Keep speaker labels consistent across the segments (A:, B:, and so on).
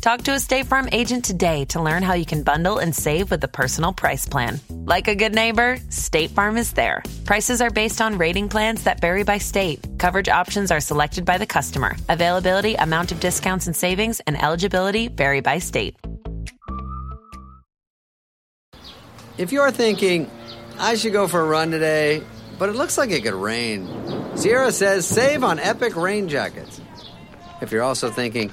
A: Talk to a State Farm agent today to learn how you can bundle and save with the Personal Price Plan. Like a good neighbor, State Farm is there. Prices are based on rating plans that vary by state. Coverage options are selected by the customer. Availability, amount of discounts and savings, and eligibility vary by state.
B: If you're thinking, I should go for a run today, but it looks like it could rain, Sierra says save on epic rain jackets. If you're also thinking,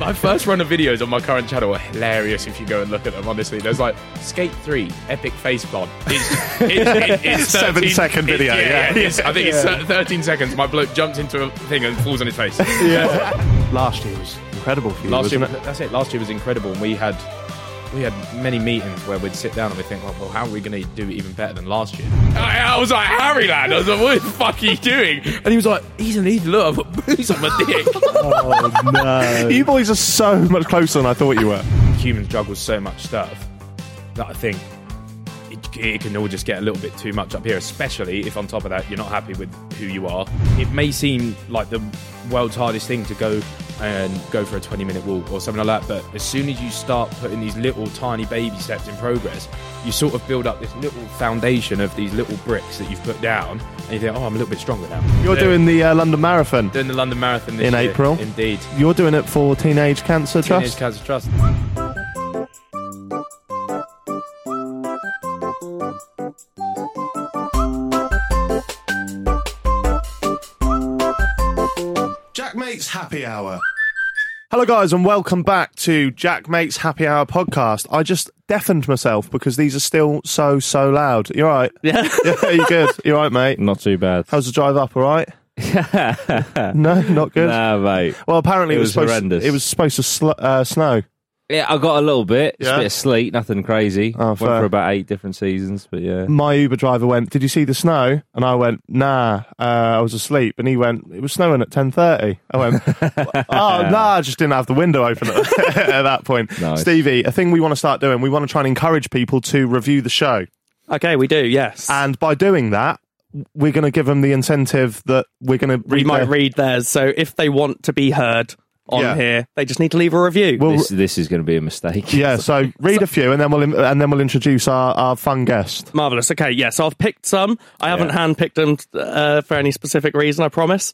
C: My first run of videos on my current channel are hilarious if you go and look at them, honestly. There's like Skate 3, Epic Face Blonde. It's, it's, it's, it's 13
D: Seven second
C: it-
D: video, yeah.
C: it's- I think it's uh, 13 seconds. My bloke jumps into a thing and falls on his face.
E: Last year was incredible for you,
C: last year,
E: wasn't it?
C: that's it. Last year was incredible, and we had we had many meetings where we'd sit down and we'd think, well, well how are we going to do even better than last year? I, I was like, Harry, lad, I was like, what the fuck are you doing? And he was like, he's an Ethan, look, I've got booze on my dick.
E: Oh no! you boys are so much closer than I thought you were.
C: humans juggle so much stuff that I think it, it can all just get a little bit too much up here, especially if on top of that you're not happy with who you are. It may seem like the world's hardest thing to go and go for a 20 minute walk or something like that, but as soon as you start putting these little tiny baby steps in progress, you sort of build up this little foundation of these little bricks that you've put down, and you think, oh, I'm a little bit stronger now.
E: You're
C: Yeah.
E: doing the uh, London Marathon.
C: doing the London Marathon this
E: In
C: year.
E: April?
C: Indeed.
E: You're doing it for Teenage Cancer
C: Teenage
E: Trust.
C: Cancer Trust.
D: Jack Mate's Happy Hour.
E: Hello, guys, and welcome back to Jack Mate's Happy Hour podcast. I just deafened myself because these are still so so loud. You're right. Yeah. yeah you good. You're right, mate.
F: Not too bad.
E: How's the drive up? All right. no, not good.
F: Nah, mate.
E: Well, apparently it,
F: It
E: was,
F: was
E: supposed,
F: horrendous.
E: It was supposed to sl- uh, snow.
F: Yeah, I got a little bit. It's
E: Yeah?
F: a bit of sleet, nothing crazy.
E: Oh,
F: Went
E: fair. Mm.
F: for about eight different seasons, but yeah.
E: my Uber driver went, "Did you see the snow?" And I went, "Nah, uh, I was asleep." And he went, "It was snowing at 10.30. I went, "Oh nah, I just didn't have the window open at, at that point."
F: Nice.
E: Stevie, a thing we want to start doing, we want to try and encourage people to review the show,
G: Okay, we do, yes.
E: and by doing that, we're going to give them the incentive that we're going to.
G: we might read theirs. So if they want to be heard on
E: Yeah.
G: here, they just need to leave a review.
E: Well,
F: This, this is going to be a mistake.
E: yeah, so read a few, and then we'll and then we'll introduce our, our fun guest.
G: Marvelous. Okay, yeah. So I've picked some. I haven't
F: Yeah.
G: handpicked them uh, for any specific reason. I promise.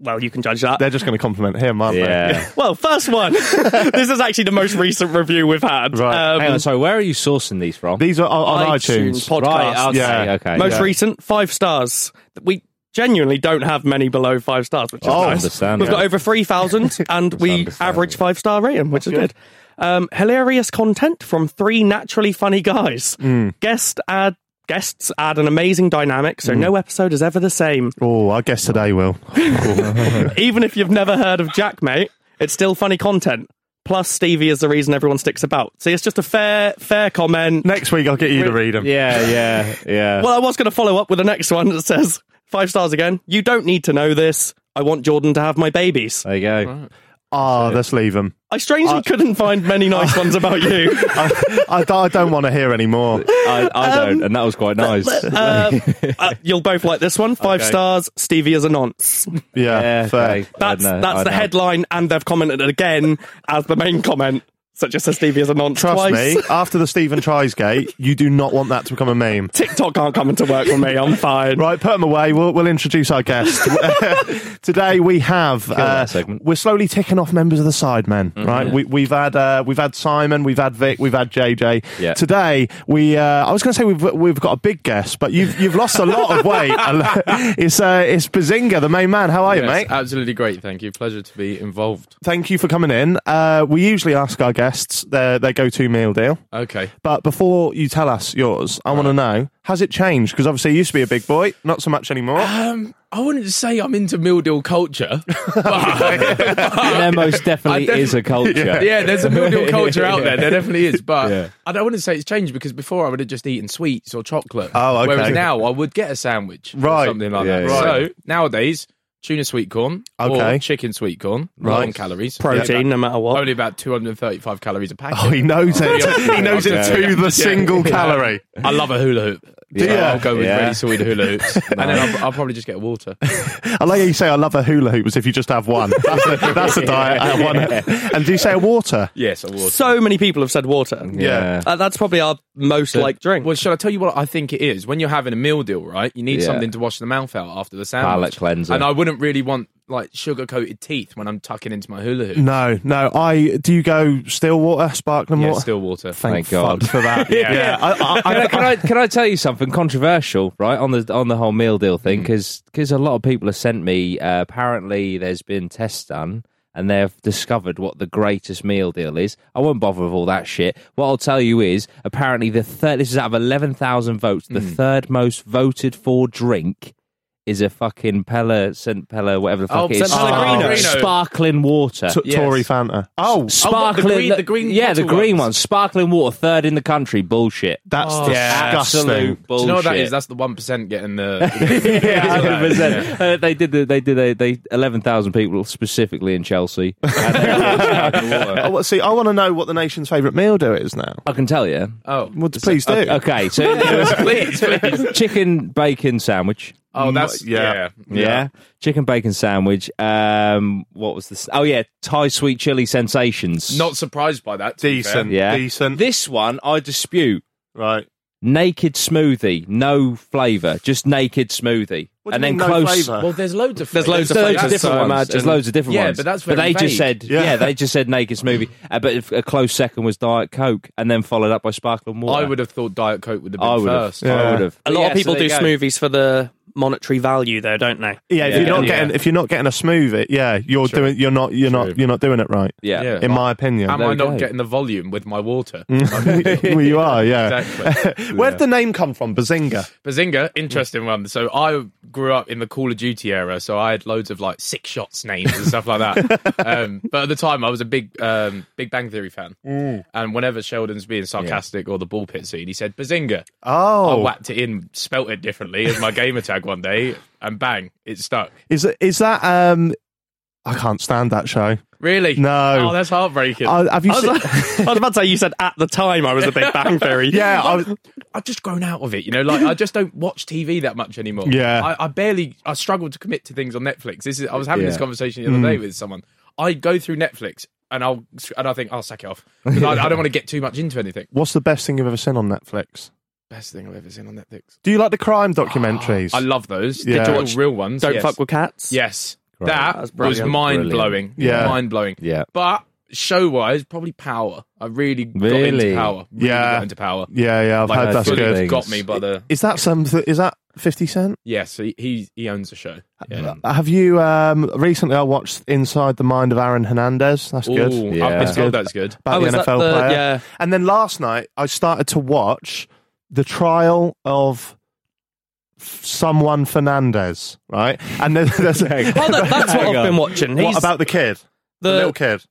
G: Well, you can judge that.
E: They're just going to compliment him, aren't they?
F: Yeah.
G: well, first one. this is actually the most recent review we've had.
E: Right.
F: Hang
C: Um,
F: on, so where are you sourcing these from?
E: These are on, on
G: Uh, iTunes
E: iTunes.
G: podcast.
F: Right, okay,
E: Yeah.
F: okay.
G: most
F: yeah.
G: recent five stars. We genuinely don't have many below five stars, which is
E: Oh,
G: nice.
F: understand.
G: We've got over three thousand, and we
F: understandable.
G: average five star rating, which is good. Um, hilarious content from three naturally funny guys.
F: Hmm.
G: Guest add guests add an amazing dynamic,
F: Hmm.
G: so no episode is ever the same.
E: Oh, I guess today will.
G: Even if you've never heard of Jack, mate, it's still funny content. Plus, Stevie is the reason everyone sticks about. See, it's just a fair, fair comment.
E: Next week, I'll get you to read them.
F: Yeah, yeah, yeah.
G: Well, I was going to follow up with the next one that says five stars again. You don't need to know this. I want Jordan to have my babies.
F: there you go.
E: Ah, let's leave them.
G: I
F: Uh,
G: strangely couldn't find many nice ones about you.
E: I, I don't- I don't want to hear any more.
F: I, I
E: Um,
F: don't, and that was quite nice.
G: Uh, uh, you'll both like this one. Five
F: Okay.
G: stars. Stevie is a nonce.
E: Yeah, fair.
F: okay. I
G: That's
F: know,
G: that's
F: I
G: the
F: know.
G: headline, and they've commented again as the main comment. So it just says Stevie is a nonce
E: Trust
G: twice.
E: me, after the Stephen Tries gate, you do not want that to become a meme.
G: TikTok aren't coming to work for me. I'm fine.
E: Right, put them away. We'll, we'll introduce our guest. Today we have. Uh,
F: that segment.
E: we're slowly ticking off members of the Sidemen, right? We, we've had uh, we've had Simon, we've had Vic, we've had JJ.
F: Yeah.
E: Today we. Uh, I was going to say we've we've got a big guest, but you've you've lost a lot of weight. it's uh, it's Bazinga, the main man. How are you,
C: Yes,
E: mate?
C: Absolutely great, thank you. Pleasure to be involved.
E: Thank you for coming in. Uh, we usually ask our guests their their go to meal deal.
C: Okay.
E: But before you tell us yours, I want to know has it changed? Because obviously, you used to be a big boy, not so much anymore.
C: Um, I wouldn't say I'm into meal deal culture, but
F: And there most definitely
C: I def-
F: is a culture.
C: yeah, there's a meal deal culture out there. There definitely is, but
F: Yeah.
C: I don't want to say it's changed because before I would have just eaten sweets or chocolate.
E: Oh, okay.
C: Whereas now I would get a sandwich,
E: Right.
C: Or something like
F: Yeah,
C: that.
F: yeah.
C: So nowadays, tuna sweet corn
E: Okay.
C: or chicken sweet corn,
E: Right.
C: right? on calories,
G: Protein, no matter what.
C: only about 235 calories a packet.
E: Oh, he knows it.
C: yeah.
E: he knows it
C: Okay.
E: to the single calorie.
C: I love a hula hoop.
E: Do
C: So
E: ya?
C: I'll go with
F: Yeah.
C: ready sweet hula hoops, and then I'll, I'll probably just get a water.
E: I like how you say I love a hula hoop as if you just have one. That's the, that's the diet. I have one. And do you say a water?
C: Yes, a water.
G: So many people have said water.
F: Yeah.
G: Uh, that's probably our most liked drink.
C: Well, shall I tell you what I think it is? When you're having a meal deal, right? You need
F: Yeah.
C: something to wash the mouth out after the sandwich.
F: Palate cleanser.
C: And I wouldn't really want like sugar coated teeth when I'm tucking into my hula hoop.
E: No, no. I do you go still water, sparkling
C: Yeah,
E: water?
C: still water.
F: Thank God.
E: Fuck for that. yeah. I, I,
F: Can
E: I,
F: I, can, I, can I tell you something controversial, right? On the on the whole meal deal thing, because a lot of people have sent me. Uh, apparently, there's been tests done, and they've discovered what the greatest meal deal is. I won't bother with all that shit. What I'll tell you is, apparently, the third. This is out of eleven thousand votes. The third most voted for drink is a fucking Pella Saint Pella, whatever the fuck
C: Oh,
F: it is.
C: San
E: Pellegrino.
F: Sparkling- Sparkling water.
E: T-
C: Yes.
E: Tory Fanta. Oh,
F: Sparkling,
C: the green- the green
F: yeah, the
C: bottle
F: green
C: ones.
F: one, sparkling water, third in the country. Bullshit.
E: that's disgusting.
F: Absolute bullshit.
C: Do you know what that is? That's the one percent getting the.
F: yeah,
C: Yeah.
F: 100%. Uh, they did. The, they did. A, they eleven thousand people specifically in Chelsea. had that in the water.
E: I want- see, I want to know what the nation's favourite meal do is now.
F: I can tell you.
C: oh,
E: Well, please do.
F: Okay, so it was
C: please, please.
F: chicken bacon sandwich.
C: Oh, that's
E: Yeah.
C: yeah.
F: Yeah. chicken bacon sandwich. Um, what was this? Oh yeah, Thai sweet chili sensations.
C: Not surprised by that. to be fair.
E: Decent.
F: yeah.
E: Decent.
F: This one I dispute.
E: Right.
F: Naked smoothie, no flavour, just naked smoothie,
E: What do
F: and
E: you
F: then
E: mean no
F: close.
E: flavour?
C: Well, there's loads of.
G: There's loads of
F: There's loads of
G: flavours,
F: different
G: so I
F: ones.
G: imagine.
F: There's loads of different
C: Yeah,
F: ones.
C: but that's
F: they
C: very
F: just
C: vague.
F: said
E: Yeah.
F: yeah. they just said naked smoothie. Uh, but if- a close second was Diet Coke, and then followed up by sparkling water.
C: I would have thought Diet Coke would have been
F: I would have.
C: first.
E: Yeah.
F: I would have.
G: a lot of people do smoothies for the monetary value, though, don't they?
E: Yeah, if
F: Yeah.
E: you're not
C: Yeah.
E: getting if you're not getting a smoothie, yeah, you're doing you're not you're not you're not doing it right.
F: Yeah.
C: Yeah.
E: In my opinion,
C: Am
F: There
C: I
F: we
C: not
F: go.
C: getting the volume with my water?
E: well, you are. Yeah.
C: exactly.
E: Where'd the name come from? Bazinga.
C: Bazinga, interesting one. So I grew up in the Call of Duty era, so I had loads of like six shots names and stuff like that. um, but at the time, I was a big um, Big Bang Theory fan, and whenever Sheldon's being sarcastic or the ball pit scene, he said Bazinga. I
E: Oh,
C: whacked it in, spelt it differently as my gamer tag one day, and bang, it stuck.
E: is it- is that um? I can't stand that show.
C: Really?
E: No.
C: Oh, that's heartbreaking. I,
E: Uh, have you
G: I was,
E: seen?
G: I was about to say you said at the time I was a Big Bang Theory.
E: yeah, I was,
C: have just grown out of it, you know. Like I just don't watch TV that much anymore.
E: Yeah.
C: I, I barely, I struggle to commit to things on Netflix. This is, I was having this
F: Yeah.
C: conversation the other day with someone. I go through Netflix and I'll and I think I'll sack it off because I, I don't want to get too much into anything.
E: what's the best thing you've ever seen on Netflix?
C: Best thing I've ever seen on Netflix.
E: Do you like the crime documentaries?
C: I love those.
E: Yeah.
C: The little real ones.
G: Don't
C: yes.
G: fuck with cats.
C: Yes.
G: That's
C: That was
G: brilliant.
C: mind blowing.
E: Yeah.
C: Mind blowing.
F: Yeah.
C: But show wise, probably power. I really, got
F: Really?
C: into power. Really
E: Yeah.
C: got into power.
E: yeah, yeah, I've
C: Like,
E: heard that's
C: fully
E: good.
F: thing.
C: got me by the
E: Is that something? Is that Fifty Cent?
C: yeah. So he- he he owns the show. Yeah.
E: Have you um recently? I watched Inside the Mind of Aaron Hernandez. That's good.
C: Ooh,
F: Yeah.
C: I've been told that's good.
E: about
G: Oh,
E: the
G: is
E: NFL
G: that the-
E: player.
G: yeah.
E: And then last night, I started to watch the trial of f- someone Fernandez, right? And there's, there's
G: Well, that, that's what
F: Hang
G: I've
F: on.
G: been watching. He's
E: what about the kid, the,
G: the,
E: little kid?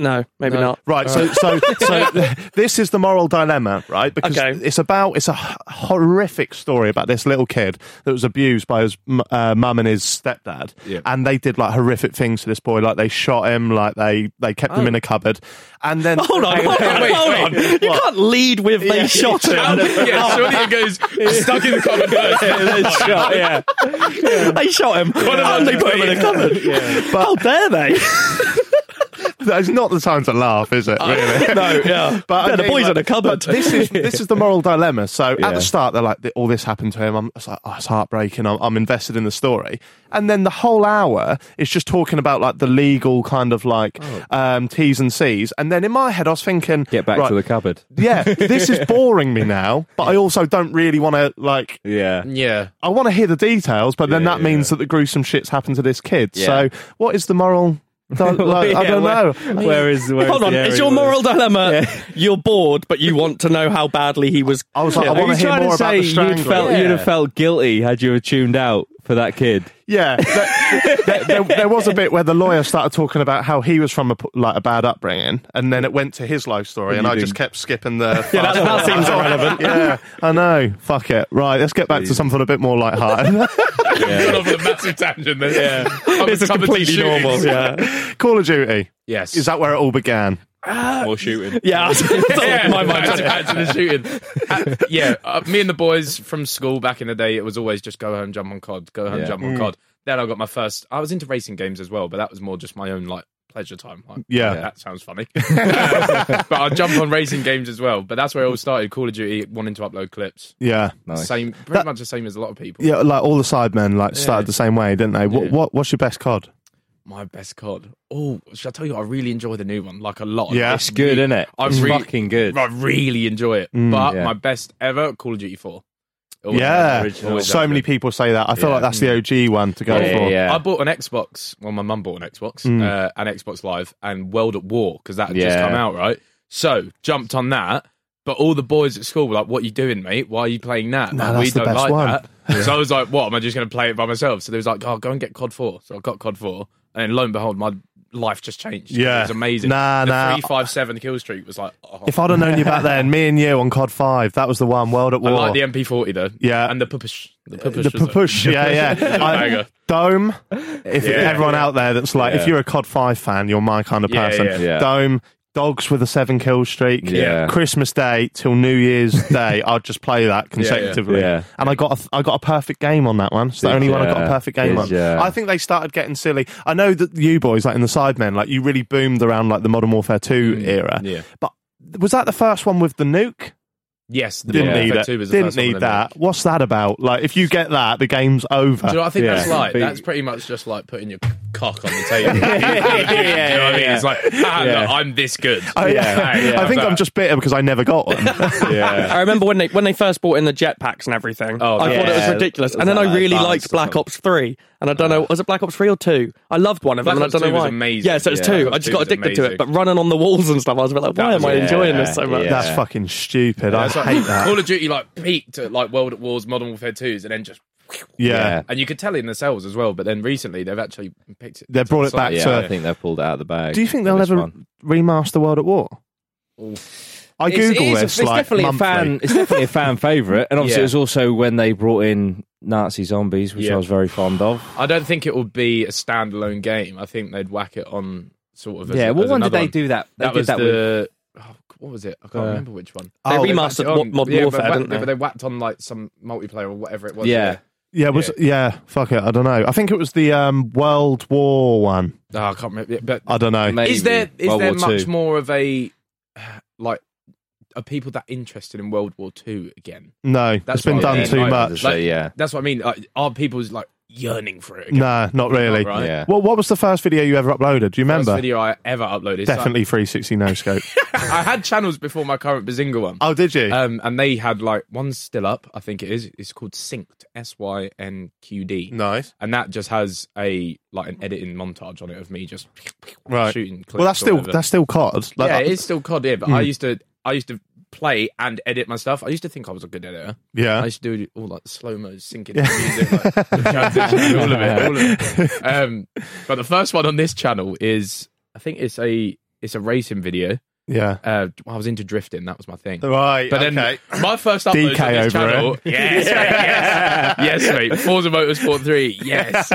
G: No, maybe not.
E: Right, so so so this is the moral dilemma, right? Because
G: Okay.
E: it's about it's a h- horrific story about this little kid that was abused by his m- uh, mum and his stepdad,
H: Yeah.
E: and they did like horrific things to this boy, like they shot him, like they they kept him in a cupboard, and then
G: Oh. Hold on, hold on,
C: wait,
G: hold on. You can't lead with they shot him.
C: yeah, surely it goes stuck in the cupboard
F: shot, yeah.
G: they shot him. and they put him in a cupboard. How dare they?
E: That's not the time to laugh, is it? Really?
G: no, yeah.
E: But
G: Yeah, the boy's in a cupboard.
E: but This is this is the moral dilemma. So at
F: Yeah.
E: the start, they're like, all this happened to him. I'm it's like, oh, it's heartbreaking. I'm, I'm invested in the story, and then the whole hour is just talking about like the legal kind of like um, T's and C's. And then in my head, I was thinking,
F: Oh. Get back
E: right,
F: to the cupboard.
E: yeah, this is boring me now, but I also don't really want to like.
F: Yeah.
C: Yeah.
E: I want to hear the details, but then
F: Yeah,
E: that means that the gruesome shits happened to this kid.
F: Yeah.
E: So what is the moral? di- like, I
F: Yeah,
E: don't
F: where-
E: know.
F: Where is where
G: Hold
F: is
G: on,
F: the
G: it's
F: area
G: your
F: where-
G: moral dilemma. You're bored, but you want to know how badly he was.
E: I was like,
G: Yeah.
E: I
F: Are
E: want
F: you
E: to hear
F: trying
E: more
F: to
E: about
F: say
E: the
F: you'd,
E: strangling.
F: felt,
C: Yeah.
F: you'd have felt guilty had you have tuned out for that kid?
E: Yeah, there, there- there, there was a bit where the lawyer started talking about how he was from a, p- like a bad upbringing, and then it went to his life story, and I just kept skipping the. yeah,
G: that- that seems irrelevant.
E: Yeah, I know. Fuck it. Right, let's get back to something a bit more lighthearted.
C: Gone off on a massive tangent then. Yeah.
G: This is completely normal. Yeah,
E: Call of Duty.
C: Yes.
E: Is that where it all began?
H: or shooting.
G: yeah. that's all my mind.
C: Back to- back to the shooting. Oh, Uh, yeah, uh, me and the boys from school back in the day, it was always just go home, jump on COD, go home,
F: Yeah.
C: jump on COD. Then I got my first. I was into racing games as well, but that was more just my own like pleasure time. Like,
E: Yeah.
C: that sounds funny. but I jump on racing games as well. But that's where it all started. Call of Duty wanting to upload clips.
E: Yeah.
C: Same, pretty much the same as a lot of people.
E: Yeah, like all the sidemen like started the same way, didn't they? What, what what's your best cod?
C: My best COD. Oh, should I tell you? I really enjoy the new one, like a lot.
E: Yeah.
F: It's good, isn't it?
C: I
F: It's
C: re-
F: fucking good. Mm,
C: I really enjoy it. but
F: yeah.
C: my best ever, Call of Duty Four. Always
E: Yeah,
C: has been. Always
E: so
C: has
E: many
C: been.
E: people say that. I feel like that's the OG one to go
F: Yeah,
E: for.
F: yeah.
C: I bought an Xbox. Well, my mum bought an Xbox,
E: Hmm.
C: uh, an Xbox Live, and World at War because that had just
F: Yeah.
C: come out, right? So jumped on that. But all the boys at school were like, "What you doing, mate? Why are you playing that?
E: No,
C: Like,
E: that's
C: we
E: the
C: don't
E: best
C: like
E: one."
C: that." So I was like, "What? Am I just going to play it by myself?" So they was like, "Oh, go and get COD 4. So I got COD four, and then lo and behold, my life just changed.
E: Yeah.
C: it was amazing.
E: Nah,
C: the
E: nah.
C: three five seven kill streak was like, oh,
E: If I'd have known you back then, me and you on COD Five, that was the one. World at
C: I
E: War.
C: like the MP40 though.
E: Yeah. Uh,
C: and the push, the push,
E: the push, yeah, yeah. I,
C: banger.
E: Dome. If everyone out there that's like, if you're a COD Five fan, you're my kind of
C: Yeah,
E: person.
C: yeah.
F: Yeah.
E: Dome. Dogs with a seven kill streak.
F: Yeah.
E: Christmas Day till New Year's Day, I'd just play that consecutively.
F: Yeah.
E: And I got a, I got a perfect game on that one. It's the
F: Did
E: only one I got a
F: ya?
E: perfect game
F: Did
E: on.
F: ya?
E: I think they started getting silly. I know that you boys, like in the Sidemen, like you really boomed around like the Modern Warfare Two
F: Mm.
E: era.
C: yeah.
E: But was that the first one with the nuke?
C: Yes, the
E: Didn't
C: Modern
E: need
C: Warfare
E: that.
C: 2 was the
E: Didn't
C: first one
E: need
C: I did.
E: that. What's that about? Like, if you get that, the game's over.
C: Do you know, I think that's
F: Yeah.
C: like
F: But-
C: that's pretty much just like putting your cock on the table. yeah, you know what I mean? It's like, ah,
F: Yeah.
C: look, I'm this good.
E: Oh, yeah.
C: Hey,
E: I think
C: that.
E: I'm just bitter because I never got one.
F: yeah.
G: I remember when they when they first bought in the jetpacks and everything.
C: Oh,
G: I thought it was
F: yeah.
G: ridiculous,
F: Was
G: and then
F: that
G: I
F: like
G: really
F: Advanced
G: liked
F: or
G: Black
F: something?
G: Ops Three, and I don't know was it Black Ops Three or Two? I loved one of
C: Black
G: them,
C: Ops
G: and I don't
C: 2
G: know
C: was
G: why.
C: amazing.
G: Yeah, so it's
C: Yeah.
G: two.
C: Black Ops
G: I just
C: 2
G: got
C: was
G: addicted to it,
C: amazing.
G: but running on the walls and stuff, I was a bit like, why am I
F: was-
G: enjoying
F: yeah,
G: this so much?
F: yeah.
E: That's fucking stupid. I
C: It's like
E: hate that.
C: Call of Duty like peaked at like World at War's Modern Warfare 2s and then just
E: yeah.
C: and you could tell in the cells as well, but then recently they've actually picked it.
E: They brought it back
F: Yeah,
E: to.
F: I think they've pulled it out of the bag.
E: Do you think
F: for
E: they'll
F: this
E: ever
F: one.
E: remaster World at War? I Google
F: it's, it is a-
E: this
F: It's
E: like
F: definitely
E: monthly.
F: a fan. It's definitely a fan favorite, and obviously
C: Yeah.
F: it was also when they brought in Nazi zombies, which
C: Yeah.
F: I was very fond of.
C: I don't think it will be a standalone game. I think they'd whack it on sort of as,
F: yeah,
C: as
F: what one did
C: another
F: they do that? They
C: that
F: did
C: was
F: that with Uh,
C: the oh, what was it? I can't remember which one.
G: They
E: Oh,
G: remastered
C: Whacked it on-
G: Mod- Modern
C: yeah, but
G: Warfare,
C: whack-
G: didn't
C: But
G: they?
C: they whacked on like some multiplayer or whatever it was.
F: Yeah.
E: Yeah, was yeah. fuck it. I don't know. I think it was the um, World War one.
C: Oh, I can't remember. yeah, But
E: I don't know.
F: maybe
C: is there is
F: World
C: there
F: War
C: much
F: Two.
C: more of a like are people that interested in World War Two again?
E: No,
C: That's
E: it's been
C: what I
E: done
C: mean.
E: too
C: Like,
E: much.
F: So, yeah.
C: That's what I mean. Like, are people's like yearning for it? Again?
E: No, not really.
C: right.
F: Yeah.
E: Well, what was the first video you ever uploaded? Do you
C: First
E: remember?
C: video I ever uploaded. So
E: Definitely 360 no scope.
C: I had channels before my current Bazinga one.
E: oh, did you?
C: Um, and they had like one's still up, I think it is. It's called Synced, S Y N Q D.
E: nice.
C: and that just has a like an editing montage on it of me just
E: Right.
C: shooting. Clips
E: Well, that's
C: or
E: still
C: whatever.
E: that's still COD. Like, Hmm.
C: yeah, it is still COD. Yeah, but I used to I used to play and edit my stuff. I used to think I was a good editor.
E: Yeah.
C: I used to do all like slow mo syncing to music, like, the transitions, all of it, all of it. Um, but the first one on this channel is I think it's a it's a racing video.
E: Yeah.
C: Uh, I was into drifting. That was my thing.
E: Right.
C: But then
E: okay.
C: my first upload
E: DK
C: on this
E: over
C: channel,
E: it.
C: yes, yes, yes, mate. Forza Motorsport Three, yes.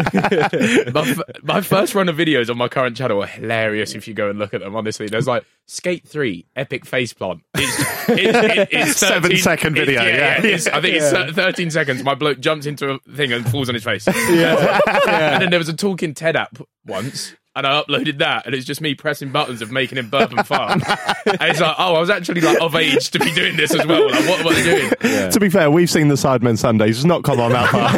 C: my, f- my first run of videos on my current channel are hilarious. If you go and look at them, honestly, there's like Skate Three, epic faceplant. It's, it's, it- it's 13
E: Seven second
C: it's-
E: video, yeah.
C: it's- I think it's 13 seconds. My bloke jumps into a thing and falls on his face. And then there was a talking TED app once. And I uploaded that, and it's just me pressing buttons of making him burp and fart. and it's like, oh, I was actually like of age to be doing this as well. Like, what were they doing?
E: To be fair, we've seen the Sidemen Sundays. It's not come on that far.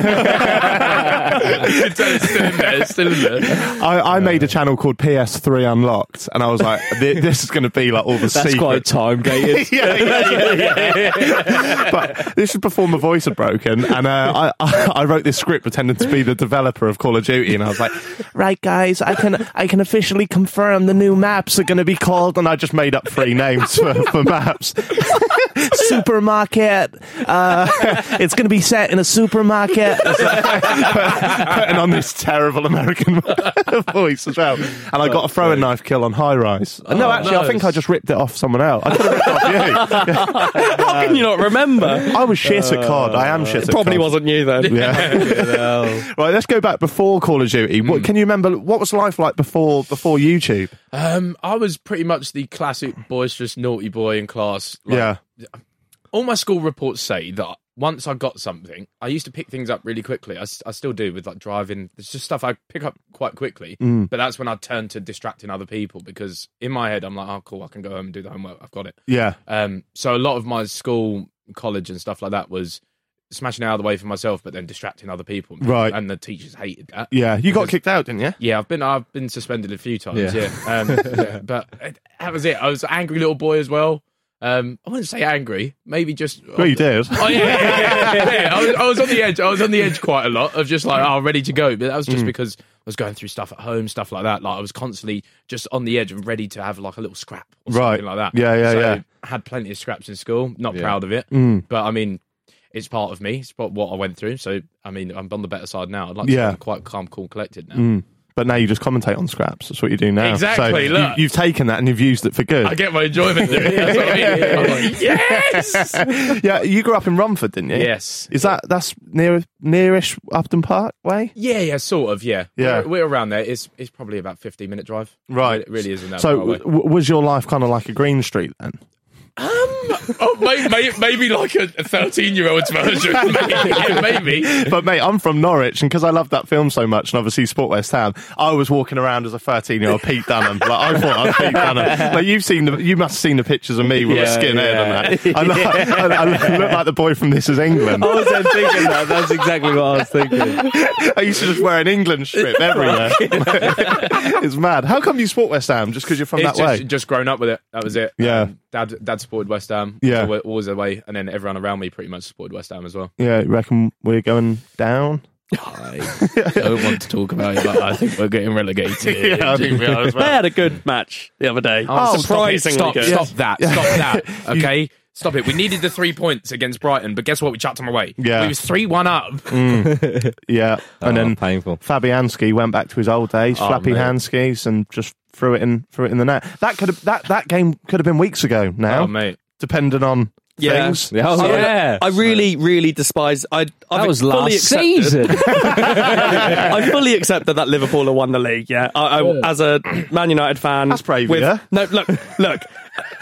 C: you can tell it's still in there. It's still in there.
E: I, I made a channel called PS3 Unlocked, and I was like, "Thi- "This is going to be like all the
F: That's
E: secret
F: quite time gated.
E: yeah, yeah, yeah, yeah. but this is before my voice had broken, and uh, I, I I wrote this script pretending to be the developer of Call of Duty, and I was like, "Right, guys, I can I can officially confirm the new maps are going to be called," and I just made up three names for, for maps. supermarket. Uh, it's going to be set in a supermarket. Putting on this terrible American voice as well, and I got a throwing knife kill on high rise. no,
C: Oh,
E: actually, I think
C: nice.
E: I just ripped it off someone else. I could have ripped it off you.
G: How can you not remember?
E: I was shit at COD. I am shit at
G: Probably
E: COD.
G: wasn't you then.
E: Right, let's go back before Call of Duty. What can you remember? What was life like before before YouTube?
C: Um, I was pretty much the classic boisterous naughty boy in class. Like,
E: yeah,
C: All my school reports say that once I got something, I used to pick things up really quickly. I, s- I still do with like driving. It's just stuff I pick up quite quickly.
E: Mm.
C: But that's when I turn to distracting other people because in my head I'm like, oh, cool, I can go home and do the homework. I've got it.
E: yeah,
C: Um, so a lot of my school, college, and stuff like that was smashing it out of the way for myself, but then distracting other people.
E: Right.
C: And the teachers hated that.
E: yeah. You got kicked out, didn't you?
C: Yeah, I've been I've been suspended a few times.
F: Yeah.
C: Yeah, Um, but that was it. I was an angry little boy as well. Um, I wouldn't say angry, maybe just.
E: Well, you did.
C: Oh yeah, yeah, yeah, yeah. I, was, I was on the edge. I was on the edge quite a lot of just like, oh, ready to go. But that was just
E: Mm.
C: because I was going through stuff at home, stuff like that. Like I was constantly just on the edge and ready to have like a little scrap or
E: Right.
C: something like that.
E: Yeah, yeah,
C: so
E: yeah. Mm.
C: I had plenty of scraps in school. Not proud of it, but I mean, it's part of me. It's part what I went through. So I mean, I'm on the better side now. I'd like to
E: Yeah. Mm.
C: yeah. I'm quite calm, cool, collected now.
E: But now you just commentate on scraps. That's what you do now. So
C: Exactly,
E: you-
C: look.
E: you've taken that and you've used it for good.
C: I get my enjoyment. There. That's what I mean. I'm like, yes.
E: yeah, you grew up in Rumford, didn't you?
C: Yes.
E: Is that that's near nearish Upton Park way?
C: Yeah, yeah, sort of. Yeah,
E: Yeah.
C: We're, we're around there. It's it's probably about fifteen minute drive. It really isn't that
E: So
C: far away.
E: w- was your life kind of like a Green Street then?
C: oh, may, may, maybe like a thirteen year old's version. maybe, yeah, maybe.
E: But mate, I'm from Norwich, and because I love that film so much, and obviously Sport West Ham, I was walking around as a 13 year old Pete Dunham. Like I thought I was Pete Dunham. Like you've seen, the, you must have seen the pictures of me with a
F: Yeah,
E: skinhead
F: yeah.
E: and that. I look, I, I look like the boy from This Is England.
F: I was then thinking that. That's exactly what I was thinking.
E: I used to just wear an England strip everywhere. it's mad. How come you support West Ham just because you're from that
C: It's just,
E: way?
C: just grown up with it. That was it. Um,
E: Yeah.
C: dad, dad supported West Ham.
E: Yeah.
C: So we're always away, and then everyone around me pretty much supported West Ham as well.
E: Yeah, you reckon we're going down?
C: I don't want to talk about it, but I think we're getting relegated.
E: Yeah.
G: They had a good match the other day.
C: Oh,
G: surprisingly
C: stop, it.
G: good.
C: stop, stop that. Stop that. Okay? Stop it. We needed the three points against Brighton, but guess what? We chucked them away.
E: Yeah. Oh,
C: We was 3 1 up.
E: Yeah,
G: Oh.
E: and then
F: painful.
E: Fabianski went back to his old days, flappy
C: mate.
E: hand skis, and just threw it in, threw it in the net. That could have that that game could have been weeks ago now,
C: Oh, mate.
E: depending on
G: Yeah.
E: things.
F: Oh,
G: I-
F: yeah.
G: I really, really despise. I I've
F: that was
G: fully
F: last
G: accepted-
F: season.
G: I fully accept that that Liverpool have won the league. Yeah, I, I, as a Man United fan,
E: That's brave,
G: with-
E: yeah?
G: No, look, look.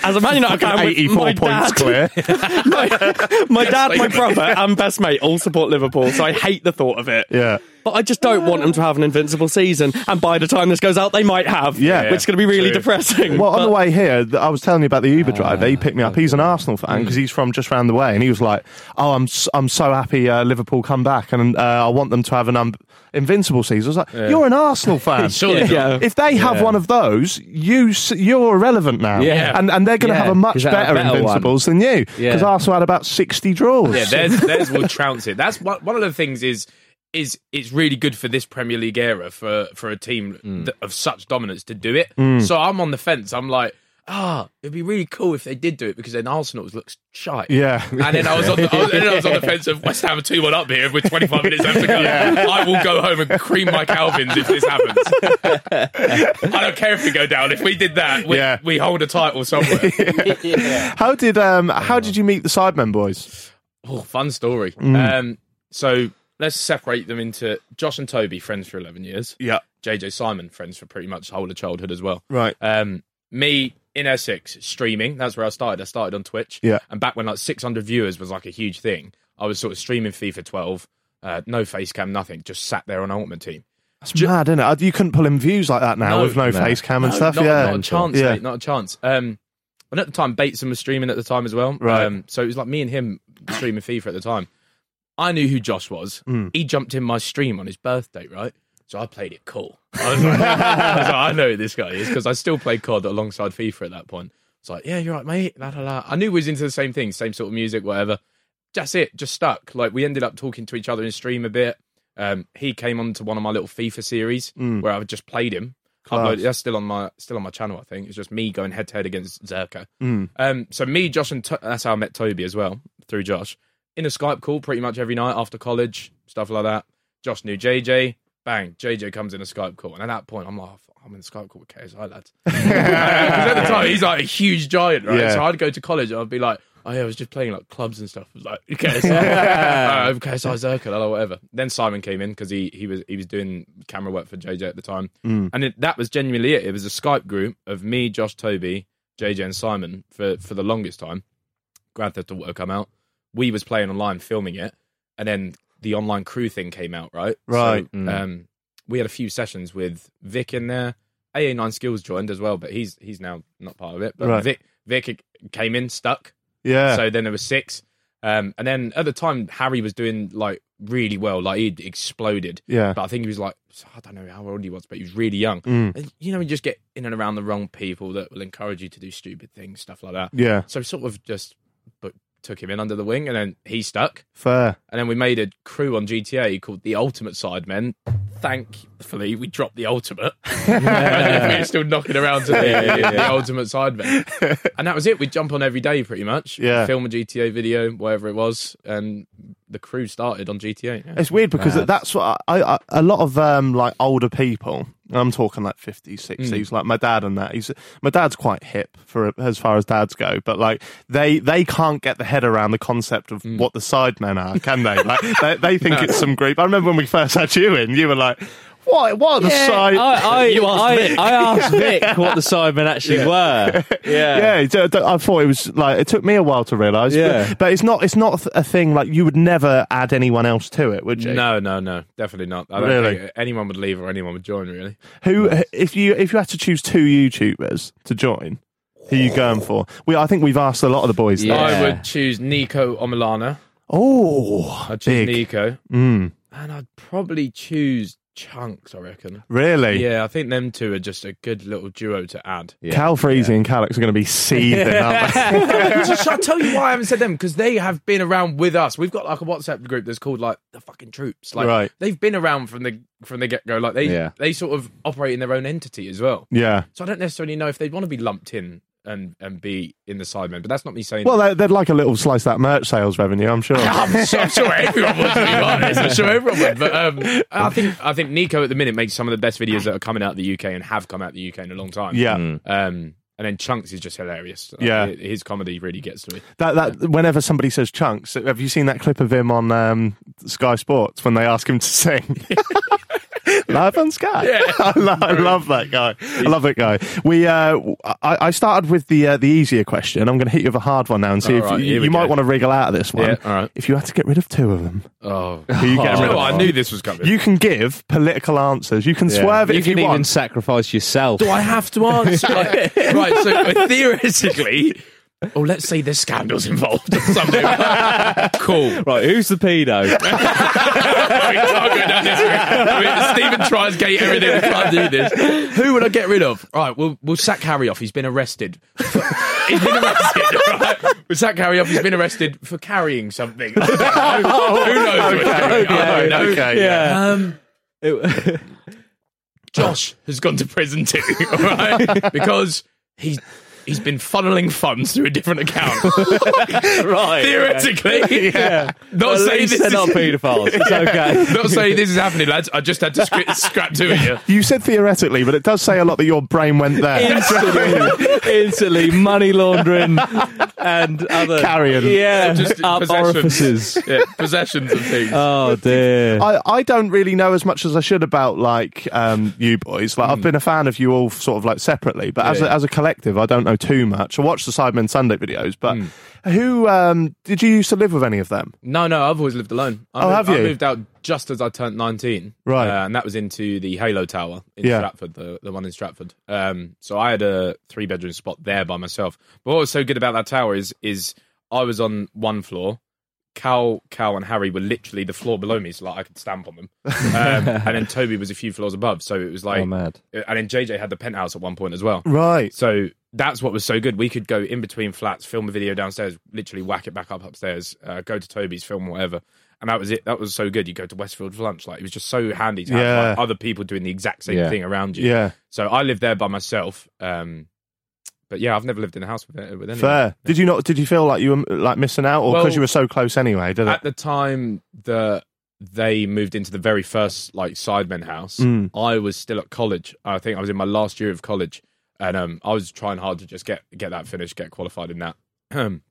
G: As a Man United fan, with
E: Eighty-four
G: my
E: points
G: dad,
E: clear.
G: my, my dad, my brother, and best mate all support Liverpool, so I hate the thought of it.
E: Yeah.
G: But I just don't want them to have an invincible season. And by the time this goes out, they might have.
E: Yeah.
G: which is going to be really depressing.
E: Well, on
G: But-
E: the way here, th- I was telling you about the Uber driver. He picked me up. He's an
C: Uh,
E: Arsenal fan
C: mm.
E: because he's from just round the way, and he was like, "Oh, I'm s- I'm so happy uh, Liverpool come back, and uh, I want them to have an un- invincible season." I was like, "You're an Arsenal fan,
C: Surely not.
G: yeah.
E: If they have one of those, you s- you're irrelevant now,
F: Yeah.
E: and and they're going to
F: Yeah.
E: have a much
F: 'Cause they had
E: better,
F: a better
E: Invincibles than you
F: Yeah.
E: because Arsenal had about sixty draws.
C: Yeah, theirs, theirs will trounce it. That's one, one of the things is is it's really good for this Premier
E: Mm.
C: League era for for a team th- of such dominance to do it. So I'm on the fence. I'm like, ah, it'd be really cool if they did do it because then Arsenal's looks shite.
E: Yeah.
C: And then I was on the, I was, and then I was on the fence of West Ham are 2 1 up here with 25 minutes left to go. I will go home and cream my Calvins if this happens. I don't care if we go down. If we did that, we,
E: Yeah.
C: we hold a title somewhere.
E: How did um how did you meet the Sidemen boys?
C: Oh, fun story. Um, so let's separate them into Josh and Toby, friends for 11 years.
E: Yeah.
C: JJ Simon, friends for pretty much the whole of childhood as well.
E: Right.
C: Um, me in Essex streaming. That's where I started. I started on Twitch.
E: Yeah.
C: And back when like 600 viewers was like a huge thing, I was sort of streaming FIFA 12. Uh, no face cam, nothing. Just sat there on Ultimate Team.
E: That's mad, isn't it? Uh, You couldn't pull in views like that now
C: No.
E: with no,
F: No.
E: face cam and
C: No,
E: stuff.
C: Not,
E: yeah.
C: not a chance,
E: Yeah.
C: mate. Not a chance. Um, and at the time, Bateson was streaming at the time as well.
E: Right.
C: Um, so it was like me and him streaming FIFA at the time. I knew who Josh was.
E: Hmm.
C: He jumped in my stream on his birthday, right? So I played it cool. I was like, I, was like, I know who this guy is because I still played COD alongside FIFA at that point. It's like, yeah, you're right, mate. La, la, la. I knew we was into the same thing, same sort of music, whatever. That's it. Just stuck. Like we ended up talking to each other in stream a bit. Um, he came on to one of my little FIFA series where I've just played him. Uploaded, that's still on my still on my channel, I think. It's just me going head to head against Zerka. Um, so me, Josh, and To- that's how I met Toby as well through Josh in a Skype call pretty much every night after college, stuff like that. Josh knew JJ. Bang, JJ comes in a Skype call, and at that point, I'm like, "Fuck, I'm in a Skype call with KSI lads. 'Cause at the time, he's like a huge giant, right?
E: Yeah.
C: So I'd go to college, and I'd be like, oh yeah, I was just playing like clubs and stuff. I was like KSI, uh, KSI Zirkel or whatever. Then Simon came in because he he was he was doing camera work for JJ at the time, and it, that was genuinely it. It was a Skype group of me, Josh, Toby, JJ, and Simon for for the longest time. Grand Theft Auto come out. We was playing online, filming it, and then the online crew thing came out, right?
E: Right. Mm.
C: So, um, we had a few sessions with Vic in there. AA9 Skills joined as well, but he's he's now not part of it. But
E: Right.
C: Vic Vic came in stuck.
E: Yeah.
C: So then there was six. Um, and then at the time, Harry was doing like really well. Like he'd exploded.
E: Yeah. Mm.
C: But I think he was like, I don't know how old he was, but he was really young. And, you know, you just get in and around the wrong people that will encourage you to do stupid things, stuff like that.
E: yeah.
C: So sort of just but took him in under the wing, and then he stuck.
E: Fair.
C: And then we made a crew on GTA called the Ultimate Sidemen. Thankfully, we dropped the Ultimate. we were still knocking around to the, the Ultimate Sidemen. And that was it. We'd jump on every day pretty much.
E: Yeah.
C: Film a GTA video, whatever it was. And the crew started on GTA. yeah.
E: It's weird because that's what I, I a lot of um like older people. and I'm talking like 50s,
F: Hmm.
E: 60s, like my dad and that. He's my dad's quite hip for as far as dads go, but like they they can't get the head around the concept of
F: Hmm.
E: what the sidemen are, can they? Like they, they think it's some group. I remember when we first had you in, you were like, "What? What are the side?"
F: I, I, I, I asked Vic what the Sidemen actually were. Yeah.
E: yeah, it's, uh, I thought it was like it took me a while to realise.
F: Yeah.
E: But, but it's not it's not a thing like you would never add anyone else to it, would you?
C: No, no, no. Definitely not. I don't
E: Really?
C: think anyone would leave or anyone would join, really.
E: Who, if you if you had to choose two YouTubers to join, who you going for? We, I think we've asked a lot of the boys.
F: Yeah.
E: that.
C: I would choose Nico Omilana.
E: Oh,
C: I'd choose
E: Big.
C: Nico.
E: mm,
C: And I'd probably choose Chunks, I reckon.
E: really?
C: Yeah, I think them two are just a good little duo to add.
E: Cal Freezy and Calix are going to be seething, aren't they?
C: Just- I'll tell you why I haven't said them because they have been around with us. We've got like a WhatsApp group that's called like the fucking troops. Like
E: Right.
C: they've been around from the from the get go. Like they
F: Yeah.
C: they sort of operate in their own entity as well.
E: yeah.
C: So I don't necessarily know if they'd want to be lumped in and and be in the sidemen. But that's not me saying.
E: Well, they- they'd like a little slice of that merch sales revenue, I'm sure.
C: I'm, sure, I'm sure everyone would. To be honest. I'm sure everyone would. But um, I think I think Nico at the minute makes some of the best videos that are coming out of the UK and have come out of the UK in a long time.
E: yeah.
C: Um, and then Chunks is just hilarious. Like,
E: Yeah.
C: hi- his comedy really gets to me.
E: That that whenever somebody says chunks, have you seen that clip of him on um, Sky Sports when they ask him to sing? Live on Sky. I, lo- I love that guy. I love that guy. We, uh, I, I started with the uh, the easier question. I'm going to hit you with a hard one now and see if
C: All right,
E: you,
C: here we
E: you might
C: go.
E: want to wriggle out of this one.
C: Yeah, all right.
E: If you had to get rid of two of them,
C: Oh,
E: who you getting rid of?
C: I knew this was coming.
E: You can give political answers. You can swerve it
F: You
E: if
F: can
E: you
F: even
E: want.
F: sacrifice yourself.
C: Do I have to answer? Like, right, so uh, theoretically, oh, let's say there's scandals involved or something. cool.
F: Right, who's the pedo?
C: Right, I'll go down this route. I mean, Stephen tries gate everything. We can't do this. Who would I get rid of? All right, we'll, we'll sack Harry off. He's been arrested. he's been arrested. all Right? We'll sack Harry off. He's been arrested for carrying something. Who knows? okay,
E: Okay, okay, yeah.
C: Um,
F: It-
C: Josh has gone to prison too, all right? because he's he's been funneling funds through a different account. right. Theoretically. Yeah. Not
F: At
C: saying
F: least
C: this
F: they're
C: is
F: not paedophiles. It's okay.
C: not saying this is happening, lads. I just had to scrap, scrap doing it.
E: You said theoretically, but it does say a lot that your brain went there.
F: instantly, instantly money laundering and other
E: Carrion.
F: Yeah,
C: Just
F: up
C: possession.
F: orifices.
C: Yeah, possessions and things.
E: Uh,
F: Oh dear.
E: I, I don't really know as much as I should about like um, you boys. Like I've
C: Hmm.
E: been a fan of you all sort of like separately, but as, a, as a collective, I don't know too much. I watched the Sidemen Sunday videos, but
C: Hmm.
E: who um, did you used to live with any of them?
C: No, no, I've always lived alone. I
E: Oh,
C: moved,
E: have
C: I
E: you?
C: moved out just as I turned 19.
E: Right.
C: Uh, and that was into the Halo Tower in
E: Yeah.
C: Stratford, the, the one in Stratford. Um, so I had a three bedroom spot there by myself. But what was so good about that tower is, is I was on one floor. Cal, Cal, and Harry were literally the floor below me, so like I could stamp on them. Um, and then Toby was a few floors above, so it was like,
F: Oh, mad.
C: and then JJ had the penthouse at one point as well.
E: Right.
C: So that's what was so good. We could go in between flats, film a video downstairs, literally whack it back up upstairs, uh, go to Toby's, film whatever. And that was it. That was so good. You go to Westfield for lunch. Like it was just so handy to have
E: Yeah.
C: like, other people doing the exact same
F: Yeah.
C: thing around you.
E: Yeah.
C: So I lived there by myself. Um, but yeah, I've never lived in a house with, with anyone.
E: Fair. Did you not? Did you feel like you were like missing out, or because
C: Well-
E: you were so close anyway? Did it?
C: At the time that they moved into the very first like Sidemen house, I was still at college. I think I was in my last year of college, and um, I was trying hard to just get get that finished, get qualified in that. and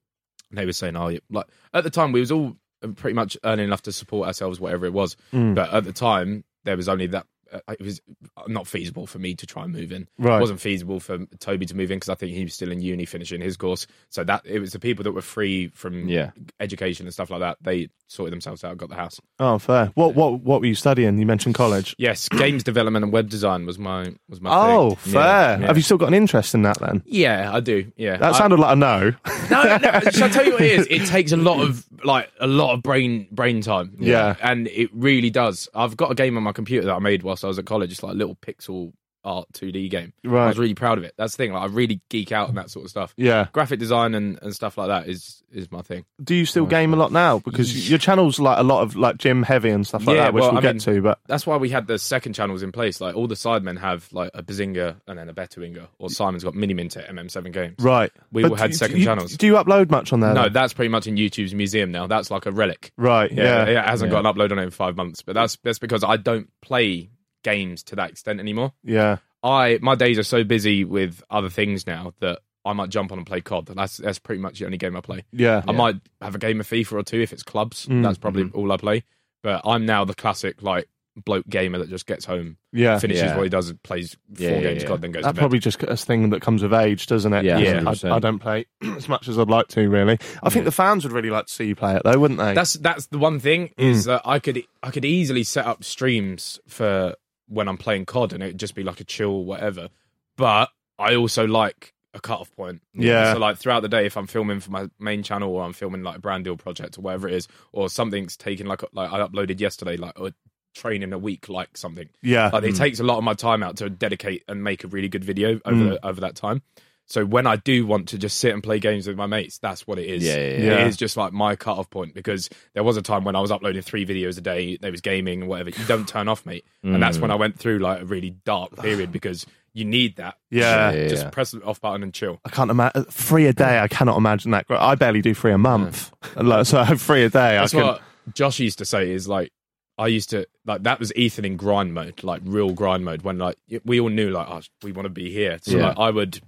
C: they were saying, "Oh, yeah." like at the time we was all um, pretty much earning enough to support ourselves, whatever it was.
E: Mm.
C: But at the time, there was only that. Uh, it was not feasible for me to try and move in.
E: Right.
C: It wasn't feasible for Toby to move in because I think he was still in uni finishing his course. So that it was the people that were free from
F: Yeah.
C: education and stuff like that. They sorted themselves out, got the house.
E: Oh, fair. What what what were you studying? You mentioned college.
C: Yes, games development and web design was my was my.
E: Oh,
C: thing.
E: fair.
C: Yeah, yeah.
E: Have you still got an interest in that then?
C: Yeah, I do. Yeah,
E: That
C: I-
E: sounded like a no.
C: no, no, no. Shall I tell you what it is? It takes a lot of like a lot of brain brain time. you
E: Yeah.
C: know, and it really does. I've got a game on my computer that I made whilst I was at college. It's like a little pixel art 2D game. I
E: Right.
C: was really proud of it. That's the thing. Like I really geek out on that sort of stuff.
E: Yeah.
C: Graphic design and, and stuff like that is is my thing.
E: Do you still game a lot now? Because your channel's like a lot of like gym heavy and stuff like
C: Yeah,
E: that, which
C: well,
E: we'll
C: I
E: get
C: mean-
E: to. But
C: That's why we had the second channels in place. Like all the sidemen have like a Bazinga and then a Betwinger, or Simon's got Mini Mint at MM7 Games.
E: right,
C: We
E: But
C: all had
E: do-
C: second
E: do you-
C: channels.
E: Do you upload much on there?
C: No,
E: then?
C: that's pretty much in YouTube's museum now. That's like a relic.
E: right. Yeah,
C: Yeah, it hasn't got an upload on it in five months, but that's that's because I don't play games to that extent anymore.
E: yeah.
C: I my days are so busy with other things now that I might jump on and play COD. That's that's pretty much the only game I play.
E: Yeah.
C: I might have a game of FIFA or two if it's clubs.
E: Mm.
C: That's probably
F: Mm-hmm.
C: all I play. But I'm now the classic like bloke gamer that just gets home,
E: Yeah.
C: finishes
F: Yeah.
C: what he does, plays four
F: Yeah, yeah,
C: games
F: yeah.
C: COD, then goes
E: That
C: to bed.
E: probably just a thing that comes of age, doesn't it?
F: Yeah,
C: Yeah.
E: I,
F: 100%.
E: I don't play as much as I'd like to. Really, I think the fans would really like to see you play it, though, wouldn't they?
C: That's that's the one thing is
E: Hmm.
C: that I could I could easily set up streams for when I'm playing COD and it'd just be like a chill whatever. But I also like a cutoff point.
E: Yeah.
C: So like throughout the day, if I'm filming for my main channel or I'm filming like a brand deal project or whatever it is, or something's taken like like I uploaded yesterday like a train in a week like something.
E: yeah. Hmm.
C: Like it takes a lot of my time out to dedicate and make a really good video over
E: Hmm.
C: the, over that time. So when I do want to just sit and play games with my mates, that's what it is.
F: Yeah, yeah,
E: yeah.
C: It is just like my cut off point because there was a time when I was uploading three videos a day. There was gaming and whatever. You don't turn off, mate. And that's when I went through like a really dark period because you need that.
E: Yeah.
F: Yeah,
C: Just
F: yeah.
C: press the off button and chill.
E: I can't imagine three a day. I cannot imagine that. I barely do three a month, Like, so three a day.
C: That's
E: I can.
C: what Josh used to say is like, I used to like that was Ethan in grind mode, like real grind mode. When like we all knew like oh, we want to be here, so
F: Yeah.
C: like I would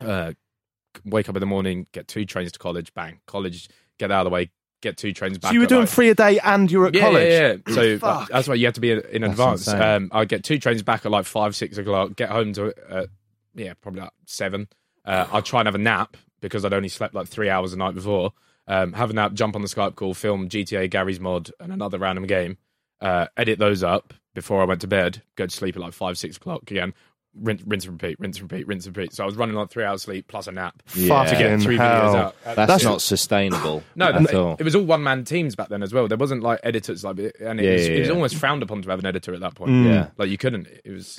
C: uh, wake up in the morning, get two trains to college, bang, college, get out of the way, get two trains back.
E: So you were
C: at,
E: doing
C: like-
E: three a day, and you're at
C: yeah,
E: college.
C: Yeah, yeah. So uh,
E: Fuck.
C: that's why you have to be in, in advance.
F: insane.
C: Um, I get two trains back at like five, six o'clock. Get home to uh, yeah, probably like seven. Uh, I try and have a nap because I'd only slept like three hours the night before. Um, have a nap, jump on the Skype call, film GTA, Gary's mod, and another random game. Uh, edit those up before I went to bed. Go to sleep at like five, six o'clock again. Rinse, rinse and repeat, rinse and repeat, rinse and repeat. So I was running like three hours sleep plus a nap.
F: Yeah.
E: Fucking
C: Get three
E: hell.
C: videos out.
F: That's, not sustainable.
C: No,
F: at
C: that-
F: all.
C: it was all one man teams back then as well. There wasn't like editors like, and it,
F: Yeah,
C: was,
F: yeah,
C: it was
F: yeah.
C: almost frowned upon to have an editor at that point.
E: Mm.
F: yeah.
C: Like you couldn't. It was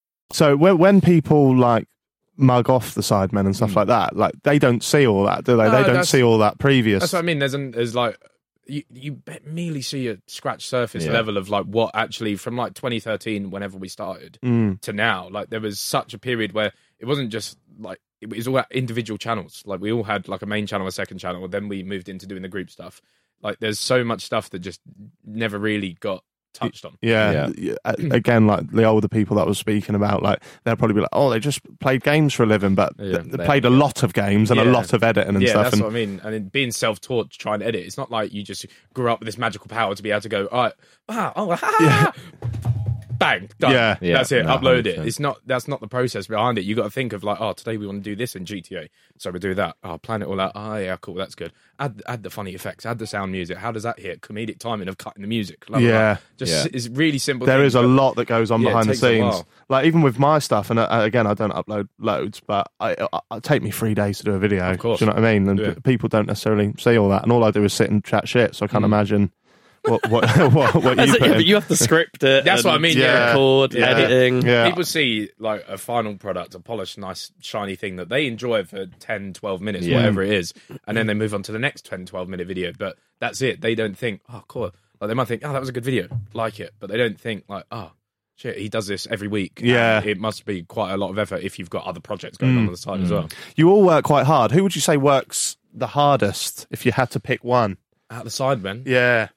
E: So when, when people like mug off the sidemen and stuff like that, like they don't see all that, do they?
C: Hmm. No,
E: they don't
C: that's-
E: see all that previous.
C: That's what I mean. There's an, there's like you you be- merely see a scratch surface level of like what actually from like 2013 whenever we started
F: Mm.
C: to now. Like there was such a period where it wasn't just like it was all at individual channels. Like we all had like a main channel, a second channel. Then we moved into doing the group stuff. Like there's so much stuff that just never really got touched on.
E: Yeah. A- Again, like the older people that I was speaking about, like they'll probably be like, "Oh, they just played games for a living, but
F: Yeah,
E: they,
F: they-
E: played a lot of games and a
C: Yeah.
E: lot of editing and
C: yeah,
E: stuff."
C: that's
E: and
C: what I mean. And then being self-taught to try and edit, it's not like you just grew up with this magical power to be able to go, all right, ah, oh, ah, bang, done.
E: Yeah.
F: Yeah,
C: that's it.
F: no,
C: upload it.
F: 100%.
C: It's not. That's not the process behind it. You got to think of like, oh, today we want to do this in GTA, so we do that. Oh, plan it all out. Oh, yeah, cool, that's good. Add add the funny effects. Add the sound music. How does that hit? Comedic timing of cutting the music. blah, blah, blah.
E: Yeah.
C: just
F: Yeah.
C: it's really simple.
E: there is
C: things,
E: a
C: but-
E: lot that goes on
C: Yeah, it
E: behind the
C: takes a
E: scenes.
C: while.
E: Like even with my stuff, and uh, again, I don't upload loads, but I, I, it take me three days to do a video. Of
C: course.
E: do you know what I mean? And
C: Yeah.
E: p- people don't necessarily see all that, and all I do is sit and chat shit. So I
C: Mm.
E: can't imagine what what what, what you
G: As it-
E: put.
G: yeah, but
E: in.
G: you have to script it.
C: That's what
G: and
C: I mean, yeah.
G: Record,
E: Yeah.
G: editing.
E: Yeah.
C: People see like a final product, a polished, nice, shiny thing that they enjoy for 10, 12 minutes, whatever it is. And then they move on to the next 10, 12 minute video. But that's it. They don't think, oh, cool. Like they might think, oh, that was a good video. Like it. But they don't think, like, oh, shit, he does this every week. and
E: Yeah. Mm.
C: It must be quite a lot of effort if you've got other projects going on on the side as well.
E: You all work quite hard. Who would you say works the hardest if you had to pick one?
C: At the side, man,
E: Yeah.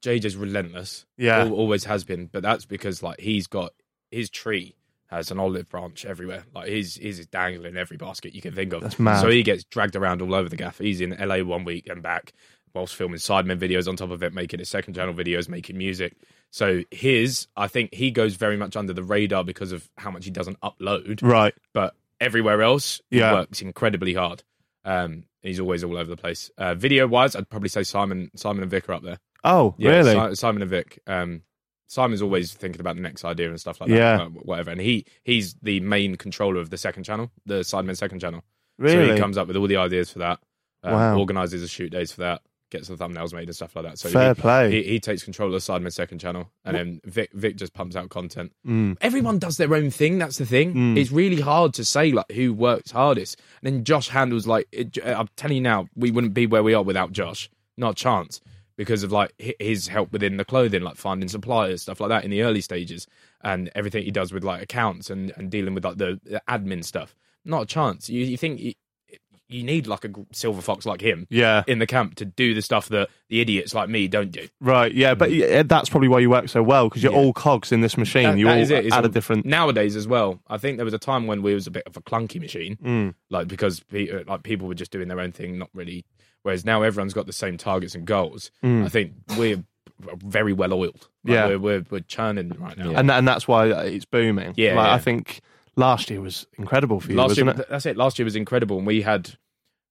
C: JJ's relentless.
E: Yeah.
C: Al- always has been. But that's because like he's got his tree has an olive branch everywhere. Like his his is dangling in every basket you can think of.
E: That's mad.
C: So he gets dragged around all over the gaff. He's in LA one week and back whilst filming Sidemen videos on top of it, making his second channel videos, making music. So his, I think he goes very much under the radar because of how much he doesn't upload.
E: Right.
C: But everywhere else, he
E: Yeah.
C: works incredibly hard. Um, he's always all over the place. Uh, video wise, I'd probably say Simon, Simon and Vic are up there.
E: Oh,
C: Yeah,
E: really?
C: Si- Simon and Vic. Um, Simon's always thinking about the next idea and stuff like that.
E: Yeah.
C: uh, whatever. And he he's the main controller of the second channel, the Sidemen second channel.
E: really?
C: So he comes up with all the ideas for that. Um,
E: Wow.
C: Organizes the shoot days for that. Gets the thumbnails made and stuff like that. So
E: Fair
C: he,
E: play.
C: He, he takes control of the Sidemen second channel, and then Vic Vic just pumps out content.
E: Mm.
C: Everyone does their own thing. That's the thing. It's really hard to say like who works hardest. And then Josh handles like it, uh, I'm telling you now, we wouldn't be where we are without Josh. Not a chance because of like hi- his help within the clothing, like finding suppliers, stuff like that in the early stages, and everything he does with like accounts and, and dealing with like the, the admin stuff. Not a chance. You, you think you, you need like a gr- silver fox like him
E: yeah.
C: in the camp to do the stuff that the idiots like me don't do.
E: Right, yeah, but yeah, that's probably why you work so well because you're
C: Mm. Yeah.
E: all cogs in this machine.
C: That-
E: you
C: that
E: all
C: is it. It's
E: add a
C: all-
E: different.
C: nowadays as well. I think there was a time when we was a bit of a clunky machine,
E: Mm.
C: like because pe- uh, like people were just doing their own thing, not really. Whereas now everyone's got the same targets and goals. I think we're very well oiled. Like,
E: Mm. Yeah.
C: we're, we're we're churning right now.
E: And and that's why it's booming.
C: Yeah,
E: like,
C: yeah.
E: I think last year was incredible for you,
C: last
E: wasn't
C: year,
E: it?
C: th- that's it. Last year was incredible, and we had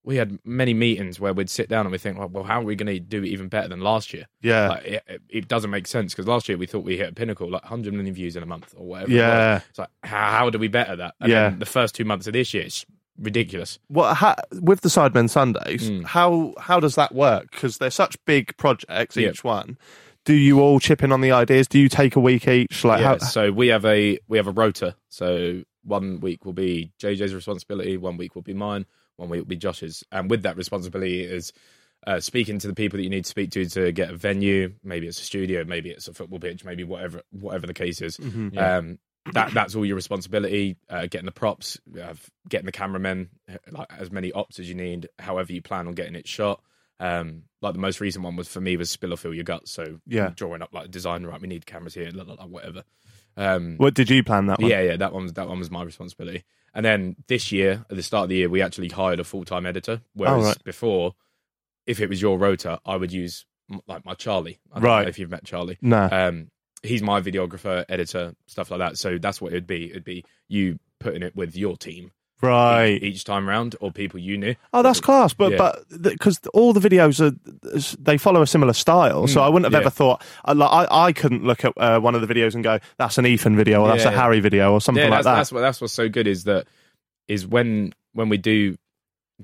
C: we had many meetings where we'd sit down and we think, well, well how are we going to do even better than last year?
E: Yeah.
C: like, it, it- it doesn't make sense because last year we thought we hit a pinnacle, like 100 million views in a month or whatever. it
E: Yeah.
C: was. it's like how, how do we better that? And
E: Yeah.
C: then the first two months of this year, it's ridiculous.
E: What ha- with the Sidemen Sundays?
C: Mm.
E: How how does that work? Because they're such big projects
C: Yeah.
E: each one. Do you all chip in on the ideas? Do you take a week each? Like
C: yeah,
E: how?
C: so we have a we have a rota. So one week will be JJ's responsibility, one week will be mine, one week will be Josh's. And with that responsibility is uh, speaking to the people that you need to speak to to get a venue. Maybe it's a studio, maybe it's a football pitch, maybe whatever whatever the case is. Um, that that's all your responsibility. Uh, getting the props, uh, getting the cameramen, uh, like as many ops as you need. However you plan on getting it shot. Um, like the most recent one was for me was spill or fill your guts. So
E: Yeah.
C: drawing up like design right. We need cameras here, la, la, la, whatever. Um,
E: What did you plan that one?
C: yeah, yeah, that one was that one was my responsibility. And then this year, at the start of the year, we actually hired a full time editor. Whereas
E: right.
C: before, if it was your rota, I would use m- like my Charlie. I don't
E: Right.
C: know if you've met Charlie,
E: Nah.
C: um, he's my videographer, editor, stuff like that. So that's what it would be. It'd be you putting it with your team
E: Right.
C: each time round, or people you knew.
E: Oh, that's class. But
C: Yeah.
E: but because all the videos are they follow a similar style, so I wouldn't have
C: Hmm. yeah.
E: ever thought I, like, I I couldn't look at uh, one of the videos and go that's an Ethan video or that's
C: Yeah,
E: a
C: yeah.
E: Harry video or something
C: yeah,
E: like
C: that's,
E: that.
C: that's what that's what's so good is that is when when we do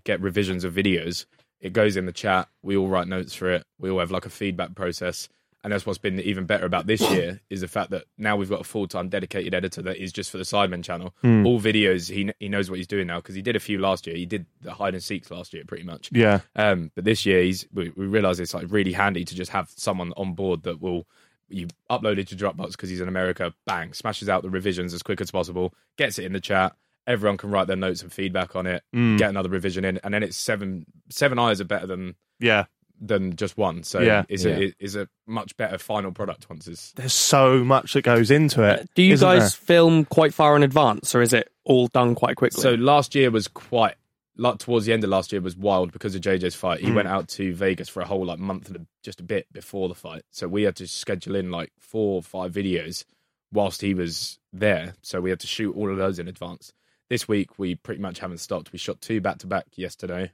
C: get revisions of videos, it goes in the chat. We all write notes for it. We all have like a feedback process, and that's what's been even better about this year is the fact that now we've got a full time dedicated editor that is just for the Sidemen channel.
E: Hmm.
C: All videos he kn- he knows what he's doing now because he did a few last year. He did the hide and seeks last year pretty much.
E: yeah.
C: Um, but this year, he's, we, we realize it's like really handy to just have someone on board that will you upload it to Dropbox because he's in America. Bang, smashes out the revisions as quick as possible, gets it in the chat. Everyone can write their notes and feedback on it. Get another revision in, and then it's seven seven eyes are better than
E: Yeah.
C: than just one. So
E: Yeah.
C: it's a
F: Yeah.
C: it- it's a much better final product once it's.
E: There's so much that goes into it.
G: Do you
E: isn't
G: guys
E: there?
G: film quite far in advance, or is it all done quite quickly?
C: So last year was quite like towards the end of last year was wild because of JJ's fight. He went out to Vegas for a whole like month and a- just a bit before the fight, so we had to schedule in like four or five videos whilst he was there. So we had to shoot all of those in advance. This week we pretty much haven't stopped. We shot two back to back yesterday,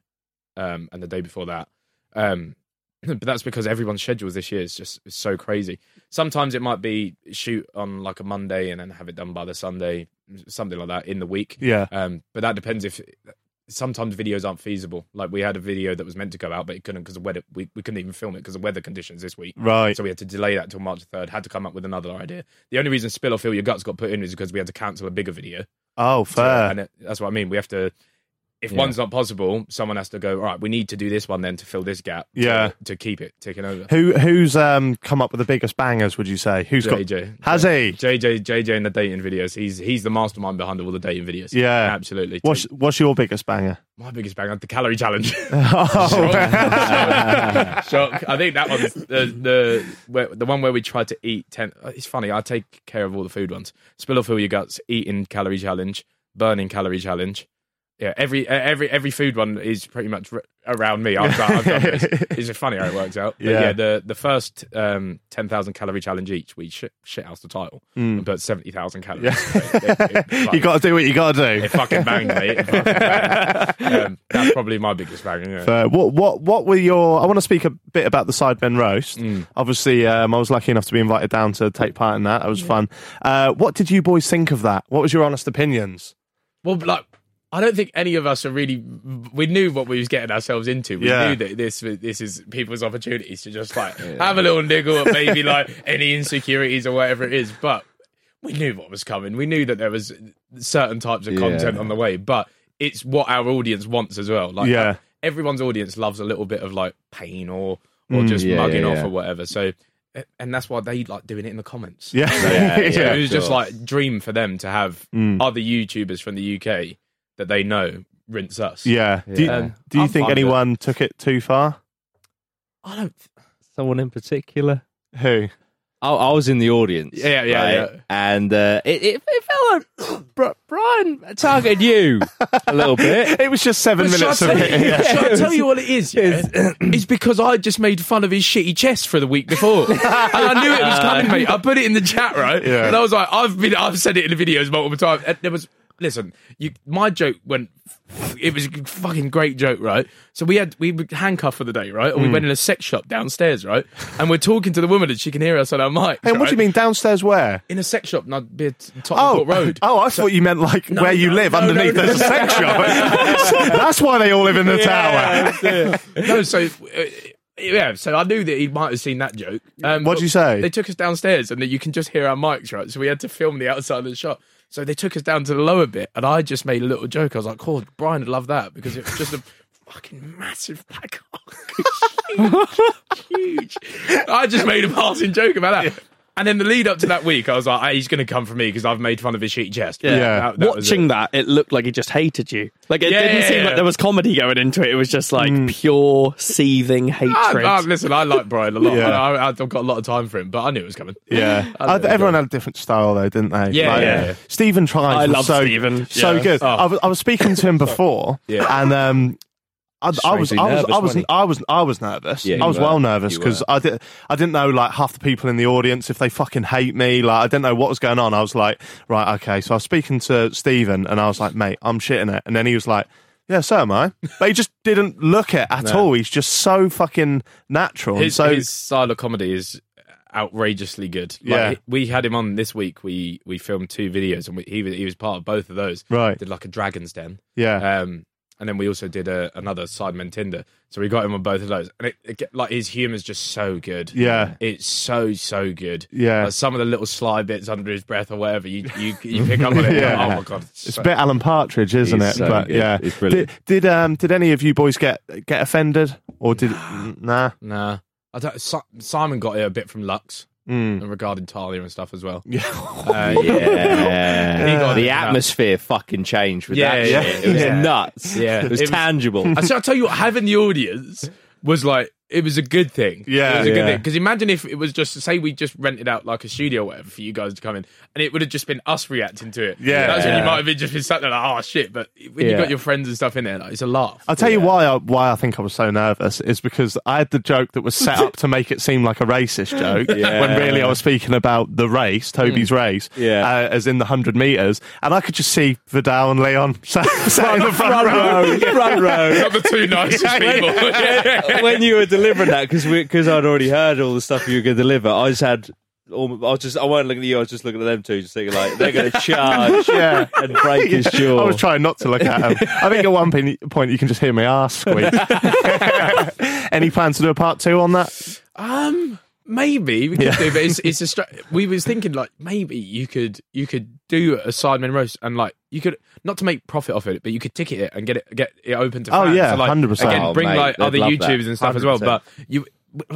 C: um, and the day before that. Um, but that's because everyone's schedules this year is just is so crazy. Sometimes it might be shoot on like a Monday and then have it done by the Sunday, something like that in the week.
E: Yeah.
C: Um, but that depends if sometimes videos aren't feasible. Like we had a video that was meant to go out, but it couldn't because of weather. We, we couldn't even film it because of weather conditions this week.
E: Right.
C: So we had to delay that till March 3rd, had to come up with another idea. The only reason Spill or Feel Your Guts got put in is because we had to cancel a bigger video.
E: Oh,
C: So-
E: fair.
C: and it, that's what I mean. We have to, if one's not possible, someone has to go, all right, we need to do this one then to fill this gap. to-
E: Yeah.
C: To, keep it ticking over.
E: Who who's um come up with the biggest bangers? Would you say who's
C: JJ.
E: got? Has he?
C: JJ, JJ and the dating videos. He's he's the mastermind behind all the dating videos.
E: Yeah.
C: Absolutely.
E: What's what's your biggest banger?
C: My biggest bang on the calorie challenge.
E: Oh,
C: Shock. I think that one's the the where, the one where we tried to eat ten. uh, It's funny. I take care of all the food ones. Spill or fill your guts. Eating calorie challenge. Burning calorie challenge. Yeah, every e, every every food one is pretty much r- around me. I've done, I've done this. It's just funny how it works out. But
E: Yeah.
C: yeah. the the first um, ten thousand calorie challenge each, we shit, shit house the title, but seventy thousand calories.
E: Mm. you got to do what you got to do.
C: it fucking banged, mate. It fucking banged. Um, that's probably my biggest bang. Yeah.
E: Uh, what what what were your? I want to speak a bit about the Sidemen roast. Obviously, um, I was lucky enough to be invited down to take part in that. That was fun. Uh, what did you boys think of that? What was your honest opinions?
C: Well, like I don't think any of us are really. We knew what we was getting ourselves into. We
E: Yeah.
C: knew that this this is people's opportunities to just like have a little niggle at maybe like any insecurities or whatever it is. But we knew what was coming. We knew that there was certain types of content on the way. But it's what our audience wants as well. Like uh,
E: Yeah.
C: everyone's audience loves a little bit of like pain or or just
F: Mm, yeah,
C: mugging
F: yeah,
C: off
F: yeah.
C: or whatever. So. And that's why they like doing it in the comments.
E: Yeah,
C: So
F: Yeah,
C: it was
F: sure.
C: just like dream for them to have other YouTubers from the UK that they know rinse us.
E: yeah. Do,
F: Yeah.
E: you- do you
C: I'm
E: think
C: fine with
E: anyone took it too far?
C: I don't.
F: Someone in particular.
E: Who?
F: I, I was in the audience.
C: Yeah, yeah, yeah.
F: And uh, it, it, it felt like Br- Brian targeted you a little bit.
E: It was just seven minutes of it.
C: Shall I tell you what it is? Yeah? it's because I just made fun of his shitty chest for the week before, and I knew it was coming, mate. I put it in the chat, right?
E: Yeah.
C: And I was like, I've been, I've said it in the videos multiple times. And there was, listen, you, my joke went, it was a fucking great joke, right? So we had we were handcuffed for the day, right?
E: Hmm.
C: And we went in a sex shop downstairs, right? And we're talking to the woman, and she can hear us on our mic.
E: And what do you mean downstairs? Where?
C: In a sex shop, and I'd be at Tottenham
E: Oh,
C: Court Road.
E: oh! I thought you meant like where you
C: no,
E: live
C: no, no,
E: underneath
C: no,
E: the
C: no.
E: sex shop. That's why they all live in the tower.
C: no, so uh, yeah, so I knew that he might have seen that joke. Um,
E: What'd
C: but
E: you say?
C: They took us downstairs, and that you can just hear our mics, right? So we had to film the outside of the shop. So they took us down to the lower bit, and I just made a little joke. I was like, "Oh, Brian would love that because it was just a fucking massive black hole, huge." I just made a passing joke about that. And then the lead up to that week, I was like, "Hey, "He's going to come for me because I've made fun of his shitty chest." Yeah, was it.
G: Watching that, it looked like he just hated you. Like it
C: Yeah,
G: didn't
C: yeah,
G: seem
C: yeah.
G: like there was comedy going into it. It was just like pure seething hatred.
C: Ah, ah, listen, I like Brian a lot.
E: Yeah.
C: I, I, I've got a lot of time for him, but I knew it was coming.
E: Yeah,
C: I don't know.
E: everyone had a different style though, didn't they?
C: Yeah, yeah, yeah.
E: Stephen tries.
G: I
E: was
G: love
E: so,
G: Stephen.
E: So
C: Yeah.
E: good.
C: Oh.
E: I, was, I was speaking to him before,
C: Yeah.
E: and um, I, I was,
F: Strangely
E: I was, I
F: nervous,
E: was,
F: wasn't he?
E: I was, I was nervous.
F: Yeah,
E: I
F: you
E: was
F: were.
E: well nervous
F: You
E: because
F: were.
E: I did, I didn't know like half the people in the audience if they fucking hate me. Like I didn't know what was going on. I was like, right, okay. So I was speaking to Stephen and I was like, mate, I'm shitting it. And then he was like, yeah, so am I. But he just didn't look it at all. He's just so fucking natural. and
C: his,
E: so
C: his style of comedy is outrageously good. Like,
E: Yeah.
C: he- we had him on this week. We we filmed two videos, and we, he was- he was part of both of those.
E: Right.
C: did like a Dragon's Den.
E: Yeah.
C: um, and then we also did a, another Sidemen Tinder. So we got him on both of those, and it, it get- like his humor's just so good.
E: Yeah.
C: it's so so good.
E: Yeah.
C: Like, some of the little sly bits under his breath or whatever you you, you pick up on it.
E: Yeah.
C: Oh my god,
E: It's a bit Alan Partridge, isn't
F: He's
E: it?
F: so
E: but
F: good.
E: yeah,
F: He's brilliant.
E: Did, did um did any of you boys get get offended or did nah?
C: Nah, I don't, Si- Simon got it a bit from Lux
E: Mm.
C: and regarding Talia and stuff as well.
F: Uh, yeah.
C: He got
F: the
C: it.
F: atmosphere fucking changed with
C: Yeah,
F: that
C: yeah,
F: shit. It was
C: yeah.
F: nuts.
C: Yeah.
F: It was
C: It was-
F: tangible.
C: I so I'll tell you what, having the audience was like it was a good thing.
E: Yeah,
C: it was a
E: yeah.
C: good thing. Because imagine if it was just say we just rented out like a studio, or whatever, for you guys to come in, and it would have just been us reacting to it.
E: Yeah.
C: that's when
E: Yeah.
C: you might have been just been sat there like, oh shit. But when you
F: Yeah.
C: got your friends and stuff in there, like, it's a laugh.
E: I'll tell you why I, why I think I was so nervous is because I had the joke that was set up to make it seem like a racist joke when really I was speaking about the race, Toby's race,
F: Mm. Yeah.
E: uh, as in the 100 metres. And I could just see Vidal and Leon sat, sat in the front row.
F: front row.
C: Not the two nicest people.
F: when you were delivering that, because because I'd already heard all the stuff you were going to deliver, I just had. all- I was just, I weren't looking at you. I was just looking at them two, just thinking like they're going to charge
E: Yeah.
F: and break his jaw.
E: I was trying not to look at him. I think at one pin- point you can just hear my ass squeak. Any plans to do a part two on that?
C: Um, maybe we could do, but it's it's a. Str- we was thinking like maybe you could you could do a Sidemen roast and like you could not to make profit off it, but you could ticket it and get it get it open to.
E: Oh,
C: fans.
E: yeah,
C: So, like,
E: 100%.
C: Again,
F: Oh,
C: bring
F: mate,
C: like
F: they'd
C: other
F: love that.
C: YouTubes and stuff as well.
F: 100%.
C: But you.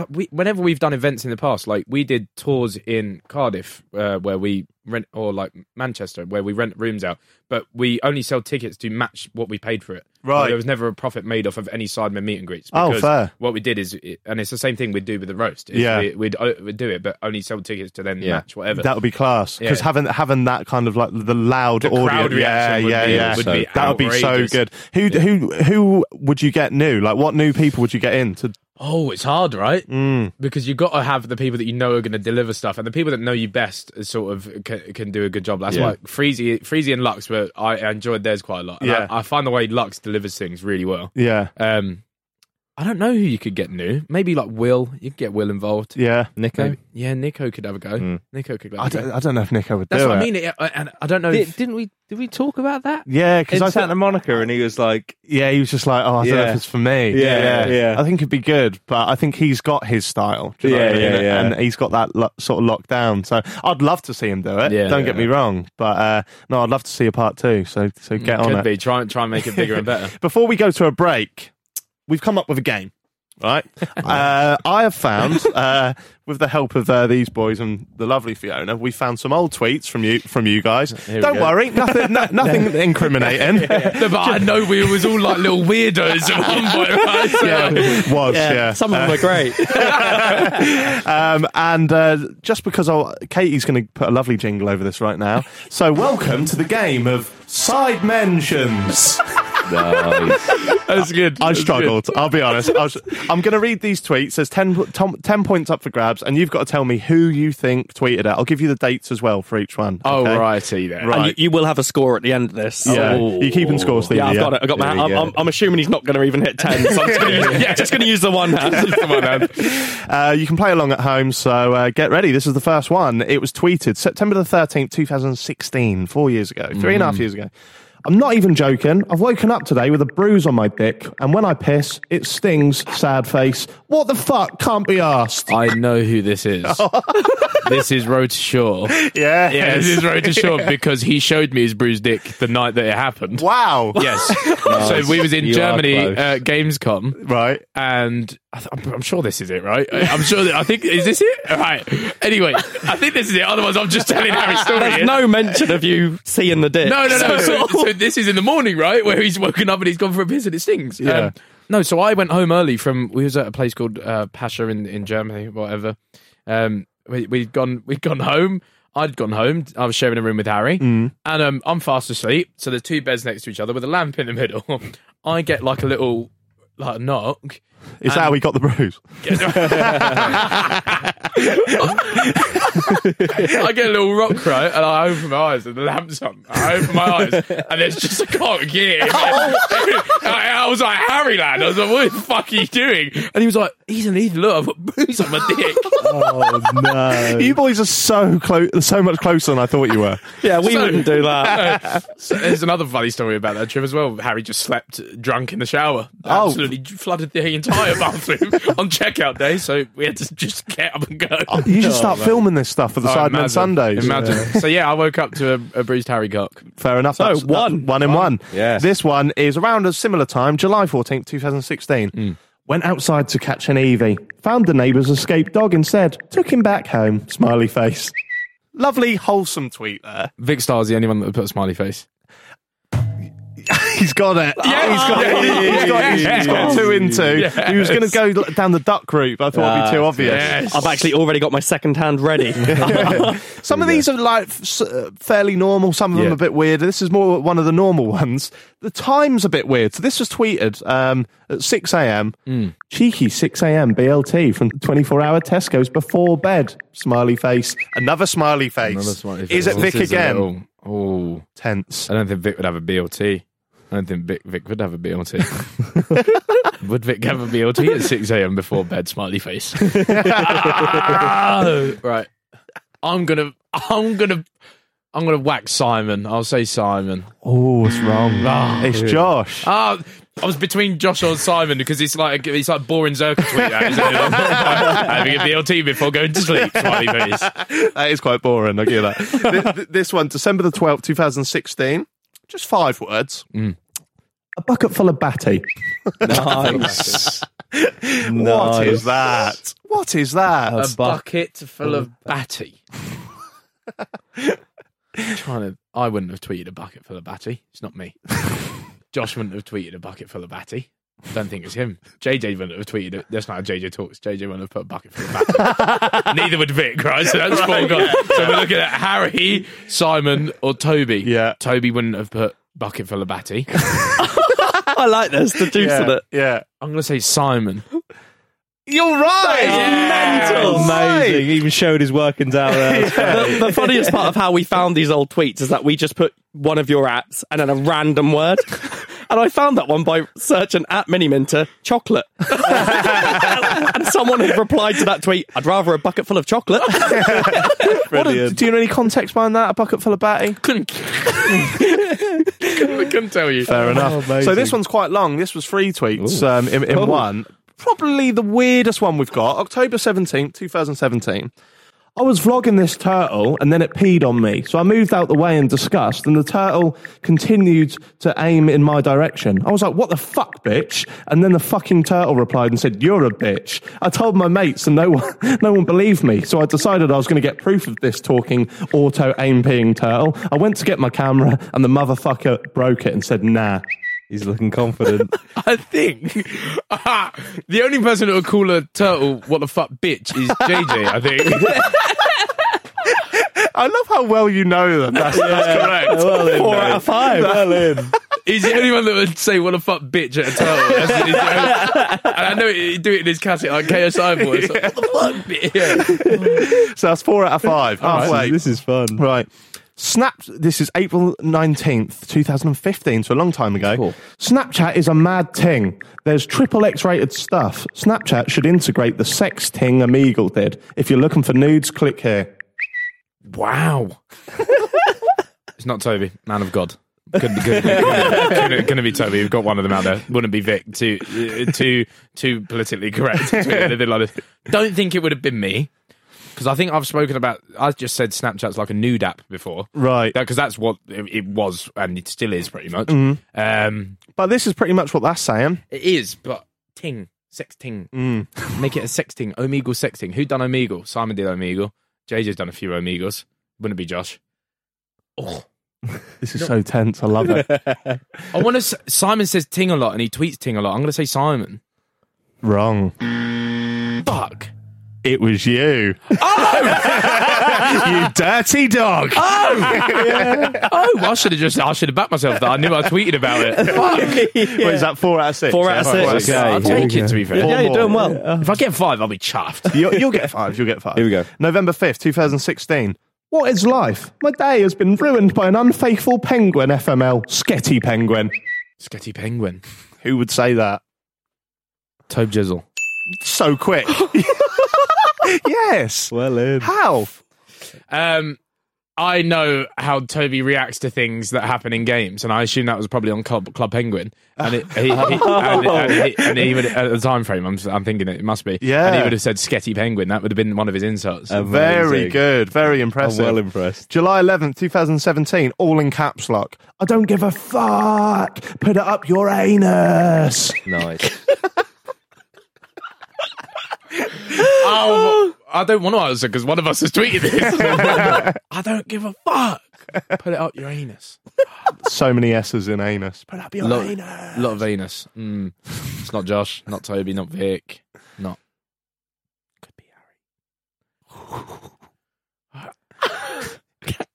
C: We, whenever we've done events in the past, like we did tours in Cardiff, uh, where we rent, or like Manchester, where we rent rooms out, but we only sell tickets to match what we paid for it. Like,
E: Right.
C: there was never a profit made off of any Sidemen meet and greets.
E: Oh,
C: because
E: fair.
C: What we did is, and it's the same thing we'd do with the roast. is
E: Yeah.
C: we, we'd, o- we'd do it, but only sell tickets to then
F: Yeah.
C: match whatever.
E: That would be class because
C: Yeah.
E: having having that kind of like the loud
C: The
E: audio,
C: crowd
E: yeah,
C: reaction would
E: yeah,
C: be-
E: yeah,
C: would be
E: that would be so
C: outrageous.
E: good. Who who who would you get new? Like, what new people would you get in to?
C: oh, it's hard, right?
E: Mm.
C: Because you've got to have the people that you know are going to deliver stuff, and the people that know you best is sort of can, can do a good job. That's
F: Yeah.
C: why Freezy, Freezy and Lux were I, I enjoyed theirs quite a lot. And
E: Yeah.
C: I, I find the way Lux delivers things really well.
E: Yeah,
C: Um, I don't know who you could get new. Maybe like Will. You could get Will involved.
E: yeah. Mm.
F: Nico,
C: Maybe- Yeah, Nico could have a go. Nico could. Have
E: I
C: a go.
E: don't I don't know if Nico would
C: That's
E: do
C: what
E: it.
C: I mean. It- I- And I don't know.
F: Did,
C: if-
F: didn't we? Did we talk about that?
E: Yeah, because
F: in
E: I
F: Santa
E: thought,
F: Monica, and he was like,
E: yeah, he was just like, oh, I don't know
F: Yeah.
E: if it's for me.
F: Yeah, yeah.
E: I think it'd be good, but I think he's got his style. do you know
F: Yeah,
E: what I mean?
F: yeah, yeah.
E: And he's got that lo- sort of locked down. So I'd love to see him do it.
C: Yeah.
E: don't get me wrong, but uh, no, I'd love to see a part two. So so get on
C: could
E: it.
C: be try and try and make it bigger and better.
E: Before we go to a break, we've come up with a game, right? uh, I have found, uh, with the help of uh, these boys and the lovely Fiona, we found some old tweets from you from you guys. Don't
C: go.
E: worry, nothing, no, nothing incriminating.
C: No, but I know we was all like little weirdos at one point. Right? So,
E: Was yeah,
G: Some of them
F: uh,
G: are great.
E: um, and uh, just because I'll, Katie's going to put a lovely jingle over this right now, so welcome to the game of side mentions.
C: That's good.
E: I struggled. I'll be honest. I was, I'm going to read these tweets. There's 10, po- tom- 10 points up for grabs, and you've got to tell me who you think tweeted it. I'll give you the dates as well for each one.
C: Oh
E: okay?
C: righty there.
E: Right.
G: And you, you will have a score at the end of this.
E: Yeah.
G: Oh.
E: You're keeping score, Stevie.
G: Yeah, I've got it. I got my.
E: There you
G: I'm,
E: go.
G: I'm, I'm assuming he's not going to even hit ten. So I'm just gonna use, yeah, just going to use the one hand.
E: Uh, you can play along at home, so uh, get ready. This is the first one. It was tweeted September the 13th, 2016, four years ago, three and a
C: Mm.
E: half years ago. I'm not even joking. I've woken up today with a bruise on my dick, and when I piss, it stings, sad face. What the fuck? Can't be asked.
C: I know who this is. this is Road to Shore.
E: Yeah.
C: Yeah, this is Road to Shore because he showed me his bruised dick the night that it happened.
E: Wow.
C: Yes. So we was in
F: You are
C: Germany
F: close.
C: uh, Gamescom.
E: Right.
C: and I th- I'm, I'm sure this is it, right? I- I'm sure that I think is this it? All right. Anyway, I think this is it. Otherwise, I'm just telling Harry's story.
G: There's no mention of you seeing the dick.
C: no, no, no. So,
G: So-
C: so this is in the morning, right, where he's woken up and he's gone for a piss and it stings. Um,
E: Yeah.
C: no, so I went home early from we was at a place called uh, Pasha in in Germany, whatever. Um, we, we'd gone we'd gone home. I'd gone home. I was sharing a room with Harry, and um, I'm fast asleep. So there's two beds next to each other with a lamp in the middle. I get like a little like a knock.
E: Is that how he got the bruise?
C: I get a little rock cry and I open my eyes and the lamp's on. I open my eyes and there's just a cock here. I, I was like, Harry, lad. I was like, what the fuck are you doing? And he was like, Ethan, Ethan, look, I've got bruise on my dick.
E: Oh no! you boys are so close, so much closer than I thought you were.
G: Yeah, we wouldn't do that.
C: So there's another funny story about that trip as well. Harry just slept drunk in the shower.
E: Oh.
C: Absolutely flooded the entire bathroom on checkout day. So we had to just get up and go.
E: You should start filming this stuff for the
C: Oh,
E: Sidemen
C: imagine.
E: Sundays.
C: Imagine. So yeah, I woke up to a, a bruised Harry cock.
E: Fair enough. So
G: one.
E: one in one.
F: Yeah.
E: This one is around a similar time, July fourteenth, two thousand sixteen. Went outside to catch an Evie. Found the neighbour's escaped dog instead. Took him back home. Smiley face. Lovely, wholesome tweet there.
C: Vic Star's the only one that put a smiley face.
E: He's got it. Yeah, he's got it. He's got, he's
C: Yes.
E: got two in two. He was going to go l- down the duck route, but I thought it'd be too obvious.
G: I've actually already got my second hand ready.
E: Some of these are like f- s- uh, fairly normal. Some of them
C: Yeah.
E: a bit weird. This is more one of the normal ones. The time's a bit weird. So this was tweeted um, at six a.m.
C: Hmm.
E: Cheeky six a.m. BLT from twenty-four hour Tesco's before bed. Smiley face. Another smiley face. Is it Vic
C: This is a
E: again?
C: little- Oh,
E: Tense.
C: I don't think Vic would have a BLT. I don't think Vic, Vic would have a BLT. would Vic have a BLT at 6 a.m. before bed? Smiley face. right. I'm gonna. I'm gonna. I'm gonna whack Simon. I'll say Simon.
E: Oh, it's wrong. it's Josh.
C: Ah, I was between Josh and Simon because it's like it's like boring Zerka tweet. That, isn't it? Having a BLT before going to sleep. Smiley face.
E: that is quite boring. I get that. Th- th- this one, December the 12th, 2016. Just five words. A bucket full of batty.
F: Nice.
E: What is that? What is that?
C: a bucket full of batty. Trying to, I wouldn't have tweeted a bucket full of batty. It's not me. Josh wouldn't have tweeted a bucket full of batty. Don't think it's him. JJ wouldn't have tweeted it. That's not how JJ talks. JJ wouldn't have put a bucket full of batty. Neither would Vic, right? So that's four gone. So we're looking at Harry, Simon, or Toby.
E: Yeah.
C: Toby wouldn't have put bucket full of batty.
G: I like this, the juice
E: yeah,
G: in it.
E: yeah.
C: I'm going to say Simon.
E: You're right.
F: Amazing. He even showed his workings out there.
G: The, the funniest part of how we found these old tweets is that we just put one of your apps and then a random word. And I found that one by searching at Miniminter chocolate. and someone had replied to that tweet, I'd rather a bucket full of chocolate.
E: What a- do you know any context behind that? A bucket full of batty?
C: Couldn't, couldn't, couldn't tell you.
E: Fair enough. so this one's quite long. This was three tweets um, in, in one. Probably the weirdest one we've got. October 17th, 2017. I was vlogging this turtle and then it peed on me. So I moved out the way in disgust and the turtle continued to aim in my direction. I was like, what the fuck, bitch? And then the fucking turtle replied and said, you're a bitch. I told my mates and no one, no one believed me. So I decided I was going to get proof of this talking auto aim peeing turtle. I went to get my camera and the motherfucker broke it and said, nah.
F: He's looking confident.
C: I think Ah, the only person that would call a turtle "what the fuck, bitch" is JJ. I think.
E: I love how well you know them. That's, that's correct.
F: Four out of five. Well in.
C: He's the only one that would say "what the fuck, bitch" at a turtle. That's- he's the only- and I know he'd do it in his cassette like KSI voice. Like, what the fuck, bitch? Yeah.
E: So that's four out of five. Halfway.
F: This is fun.
E: Right. Snap. This is April 19th, 2015, so a long time ago.
F: Cool.
E: Snapchat is a mad ting. There's triple X rated stuff. Snapchat should integrate the sex ting Amigal did. If you're looking for nudes, click here.
C: Wow. it's not Toby, man of God. Couldn't, couldn't, couldn't, couldn't, couldn't be Toby. We've got one of them out there. Wouldn't be Vic. Too, uh, too, too politically correct. Tweeted a bit like this. Don't think it would have been me because I think I've spoken about. I just said Snapchat's like a nude app before,
E: Right.
C: Because that's what it, it was and it still is pretty much. Um,
E: But this is pretty much what that's saying.
C: it is, but ting, sex ting, make it a sex ting. Omegle sex ting. Who done Omegle? Simon did Omegle. JJ's done a few Omegles. Wouldn't it be Josh?
E: This is so tense. I love it.
C: I want to. Simon says ting a lot, and he tweets ting a lot. I'm going to say Simon.
E: Wrong.
C: Fuck.
E: It was you. you dirty dog.
C: Oh, I should have just I should have backed myself. That I knew I tweeted about it. Fuck.
E: What is that? Four out of six.
G: Four out of
E: Yeah,
G: six.
E: four out
C: I'll
E: of
C: take it to be fair.
E: Yeah, you're doing well.
C: If I get five, I'll be chuffed.
E: You'll, you'll get five. You'll get five.
F: Here we go.
E: November 5th, 2016. What is life? My day has been ruined by an unfaithful penguin, FML. Sketty penguin.
C: Sketty penguin.
E: Who would say that?
C: Tobe Jizzle.
E: So quick. yes.
F: Well in.
E: How?
C: Um, I know how Toby reacts to things that happen in games, and I assume that was probably on Club, Club Penguin. And, it, he, he, and, and he, and he would, at the time frame, I'm, I'm thinking it must be.
E: Yeah.
C: And he would have said Sketty Penguin. That would have been one of his insults.
E: Very good. Very impressive.
F: well impressed.
E: July 11th, 2017, all in caps lock. I don't give a fuck. Put it up your anus.
F: Nice.
C: oh, I don't want to answer because one of us has tweeted this. I don't give a fuck. Put it up your anus.
E: so many S's in anus. Put up your
C: Lot,
E: anus.
C: lot of anus. Mm. It's not Josh, not Toby, not Vic, not. Could be Harry.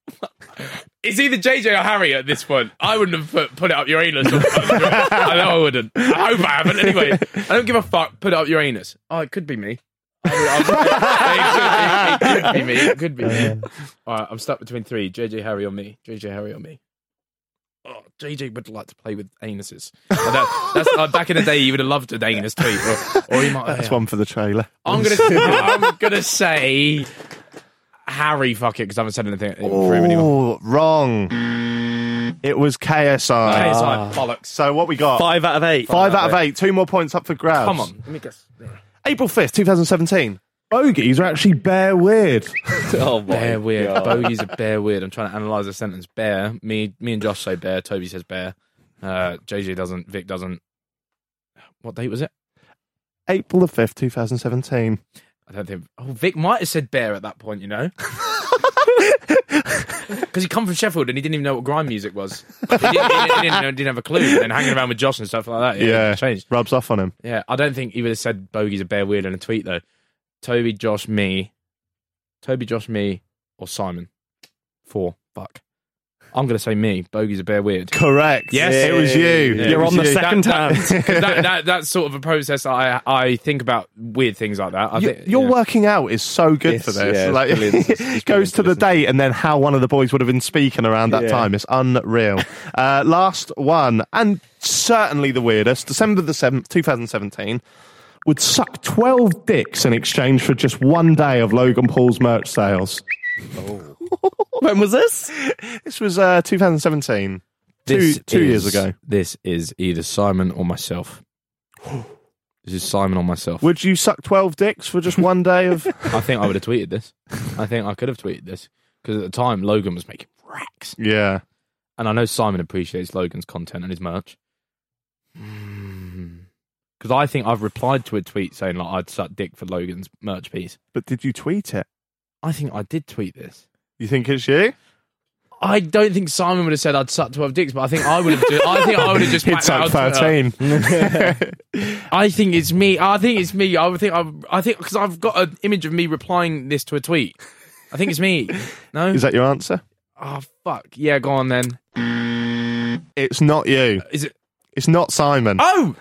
C: It's either JJ or Harry at this point. I wouldn't have put, put it up your anus. Or, I know I wouldn't. I hope I haven't. Anyway, I don't give a fuck. Put it up your anus. Oh, it could be me. I would- I would- it, could, it- it could be me. It could be me. All right, I'm stuck between three: JJ, Harry, or me. JJ, Harry, or me. Oh, JJ would like to play with anuses. I don't- that's, uh, back in the day, you would have loved an anus tweet, or, or you might.
E: That's
C: yeah.
E: one for the trailer.
C: I'm gonna, I'm gonna say Harry. Fuck it, because I haven't said anything for him anymore.
E: Oh, wrong. It was KSI.
C: Hey, it's like bollocks.
E: So what we got?
G: Five out of eight.
E: Five out of eight. Two more points up for grabs.
C: Come on, let me guess.
E: April 5th, 2017. Bogies are actually bare weird.
F: oh my.
C: Bear weird. Bogies are bear weird. I'm trying to analyze the sentence. Bear. Me, me and Josh say bear. Toby says bear. Uh, JJ doesn't. Vic doesn't. What date was it?
E: April the 5th, 2017.
C: I don't think. Oh, Vic might have said bear at that point, you know, because he come from Sheffield and he didn't even know what grime music was. He didn't, he didn't, he didn't, know- didn't have a clue. And then hanging around with Josh and stuff like that. Yeah,
E: yeah.
C: it changed.
E: Rubs off on him.
C: Yeah, I don't think he would have said bogies are bear weird in a tweet though. Toby, Josh, me, Toby, Josh, me, or Simon. Four. Fuck. I'm gonna say me. Bogies are bear weird.
E: Correct.
C: Yes.
E: It was you.
C: Yeah.
E: It
G: You're
E: was
G: on the
E: you.
G: second
C: That-
G: hand.
C: 'Cause that, that, that's sort of a process I I think about weird things like that. I
E: Y-
C: think,
E: Your
C: yeah.
E: working out is so good
F: It's-
E: for this.
F: yeah, it's
E: like,
F: brilliant. It's- it's
E: it
F: brilliant
E: goes
F: to
E: to the
F: listen
E: date and then how one of the boys would have been speaking around that
F: Yeah.
E: time. It's unreal. uh, last one, and certainly the weirdest, December the 7th, 2017. Would suck 12 dicks in exchange for just one day of Logan Paul's merch sales.
G: When was this?
E: Oh. This was uh, 2017.
C: This
E: two two years
C: is-
E: ago.
C: This is either Simon or myself. This is Simon or myself.
E: Would you suck 12 dicks for just one day of.
C: I think I would have tweeted this. I think I could have tweeted this because at the time Logan was making racks,
E: yeah.
C: and I know Simon appreciates Logan's content and his merch. Because I think I've replied to a tweet saying like I'd suck dick for Logan's merch piece.
E: But did you tweet it?
C: I think I did tweet this.
E: You think it's you?
C: I don't think Simon would have said I'd suck twelve dicks, but I think I would have. Just, I think I would have just.
E: He'd
C: backed that
E: suck
C: out to her.
E: 13.
C: I think it's me. I think it's me. I would think. I, I think because I've got an image of me replying this to a tweet. I think it's me. No.
E: Is that your answer?
C: oh fuck. Yeah. Go on then.
E: It's not you.
C: Is it?
E: It's not Simon.
C: Oh.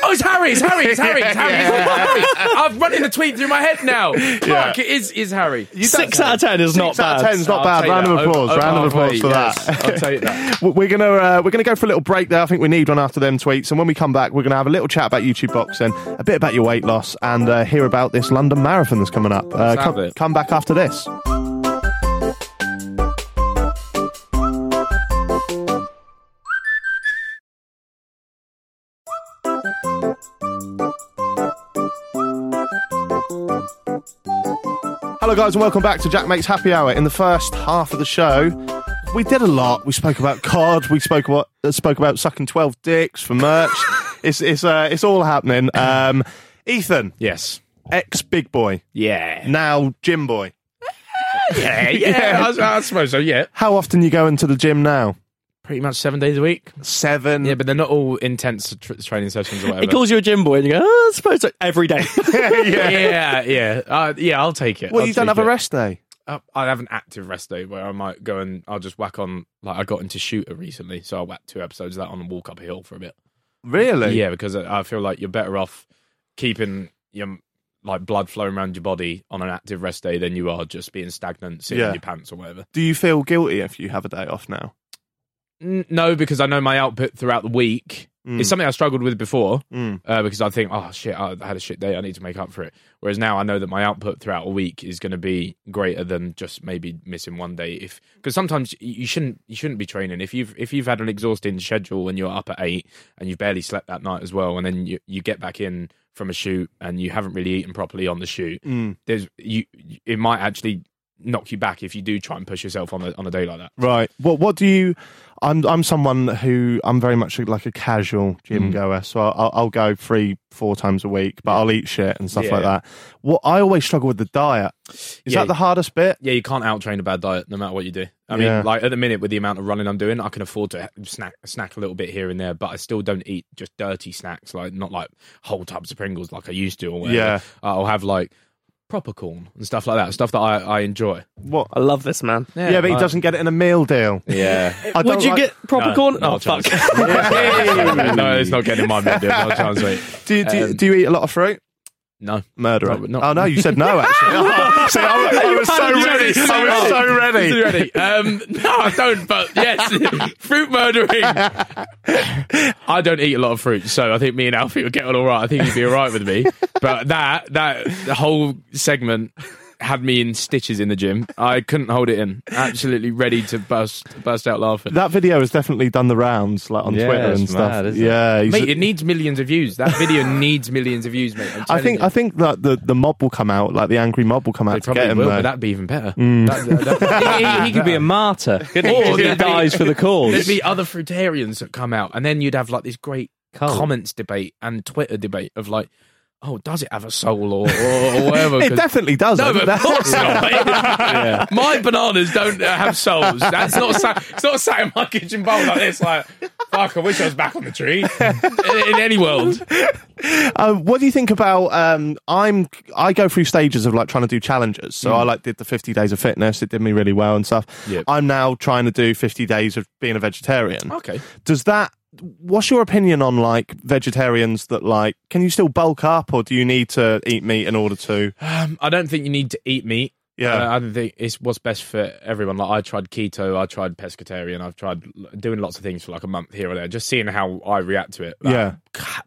C: Oh, it's Harry! It's Harry! It's Harry! It's Harry! It's Harry. I'm running the tweet through my head now. Fuck! It is is Harry.
G: Six out of ten is not
E: Six out
G: bad.
E: of ten's not bad. Round of applause. Round of applause for that.
C: I'll take that.
E: W- We're gonna uh, we're gonna go for a little break there. I think we need one after them tweets. And when we come back, we're gonna have a little chat about YouTube boxing, a bit about your weight loss, and uh, hear about this London marathon that's coming up. Uh,
C: that
E: come,
C: bit?
E: come back after this. Hello, guys, and welcome back to Jack Makes Happy Hour. In the first half of the show, we did a lot. We spoke about COD. We spoke about uh, spoke about sucking twelve dicks for merch. it's it's uh, it's all happening. Um, Ethan,
C: Yes.
E: ex big boy,
C: Yeah.
E: now gym boy.
C: Yeah. Yeah. I, I suppose so. Yeah.
E: How often you go into the gym now?
C: pretty much seven days a week.
E: Seven.
C: Yeah, but they're not all intense tr- training sessions or whatever.
G: He calls you a gym boy and you go, oh, I suppose so. every day.
C: yeah, yeah, yeah. Uh, yeah, I'll take it.
E: well,
C: I'll
E: you don't
C: take
E: have a
C: it.
E: rest day.
C: Uh, I have an active rest day where I might go and I'll just whack on. Like I got into Shooter recently, so I whacked two episodes of that on a walk up a hill for a bit.
E: Really?
C: Yeah, because I I feel like you're better off keeping your like blood flowing around your body on an active rest day than you are just being stagnant, sitting
E: Yeah.
C: in your pants or whatever.
E: Do you feel guilty if you have a day off now?
C: N- No, because I know my output throughout the week. is It's something I struggled with before
E: Mm.
C: uh, because I think, oh shit, I had a shit day. I need to make up for it. Whereas now I know that my output throughout a week is going to be greater than just maybe missing one day. If because sometimes y- you shouldn't you shouldn't be training if you've if you've had an exhausting schedule and you're up at eight and you've barely slept that night as well, and then you you get back in from a shoot and you haven't really eaten properly on the shoot. There's you it might actually knock you back if you do try and push yourself on a, on a day like that.
E: Right. Well, what do you? I'm I'm someone who I'm very much like a casual gym goer, so I'll, I'll go three four times a week, but I'll eat shit and stuff
C: Yeah.
E: like that. What I always struggle with the diet. Is
C: Yeah.
E: that the hardest bit?
C: yeah, you can't out train a bad diet no matter what you do.
E: Yeah.
C: I mean, like at the minute with the amount of running I'm doing, I can afford to snack snack a little bit here and there, but I still don't eat just dirty snacks, like not like whole tubs of Pringles like I used to or whatever.
E: Yeah.
C: I'll have like proper corn and stuff like that, stuff that I, I enjoy.
E: What?
G: I love this man.
E: Yeah, but he
C: like-
E: doesn't get it in a meal deal.
C: Yeah.
E: I don't
G: Would you
E: like-
G: get proper
C: No,
G: corn?
C: no
G: oh, fuck.
C: chance. no, it's not getting in my mid. No chance, mate.
E: Do do,
C: Um,
E: do you eat a lot of fruit?
C: No.
E: Murderer.
C: Probably not.
E: Oh no, you said no. Actually, See, I, I was so ready. I was so ready.
C: ready. Um, no, I don't. But yes, fruit murdering. I don't eat a lot of fruit, so I think me and Alfie would get on all right. I think you'd be all right with me. But that that the whole segment had me in stitches in the gym. I couldn't hold it in. Absolutely ready to burst burst out laughing.
E: That video has definitely done the rounds, like on
F: Yeah,
E: Twitter
F: it's
E: and stuff.
F: mad, isn't it?
E: yeah, he's-
C: mate, it needs millions of views. That video needs millions of views, mate. I'm
E: I
C: telling
E: think
C: you.
E: I think that the, the mob will come out, like the angry mob will come out
C: they
E: to get
C: probably
E: him.
C: will,
E: though.
C: but that'd be even better.
E: Mm.
F: he, he- he could be a martyr. couldn't he?
C: Or
F: he
C: there'd be-
F: dies for the
C: There'd
F: cause.
C: be other fruitarians that come out, and then you'd have like this great
F: Cult.
C: comments debate and Twitter debate of like, oh, does it have a soul or, or, or whatever?
E: it
C: 'Cause-
E: definitely does.
C: no,
E: I think
C: but of
E: that-
C: course not. My bananas don't uh, have souls. That's not sat, it's not sat in my kitchen bowl like this. Like, fuck, I wish I was back on the tree in, in any world.
E: Uh, what do you think about? Um, I'm I go through stages of like trying to do challenges. So I like did the 50 days of fitness. It did me really well and stuff.
C: Mm. Yep.
E: I'm now trying to do 50 days of being a vegetarian.
C: Okay.
E: Does that? What's your opinion on like vegetarians that like? Can you still bulk up, or do you need to eat meat in order to?
C: Um, I don't think you need to eat meat.
E: Yeah.
C: Uh, I don't think it's what's best for everyone. Like I tried keto, I tried pescatarian, I've tried l- doing lots of things for like a month here or there, just seeing how I react to it. Like,
E: Yeah.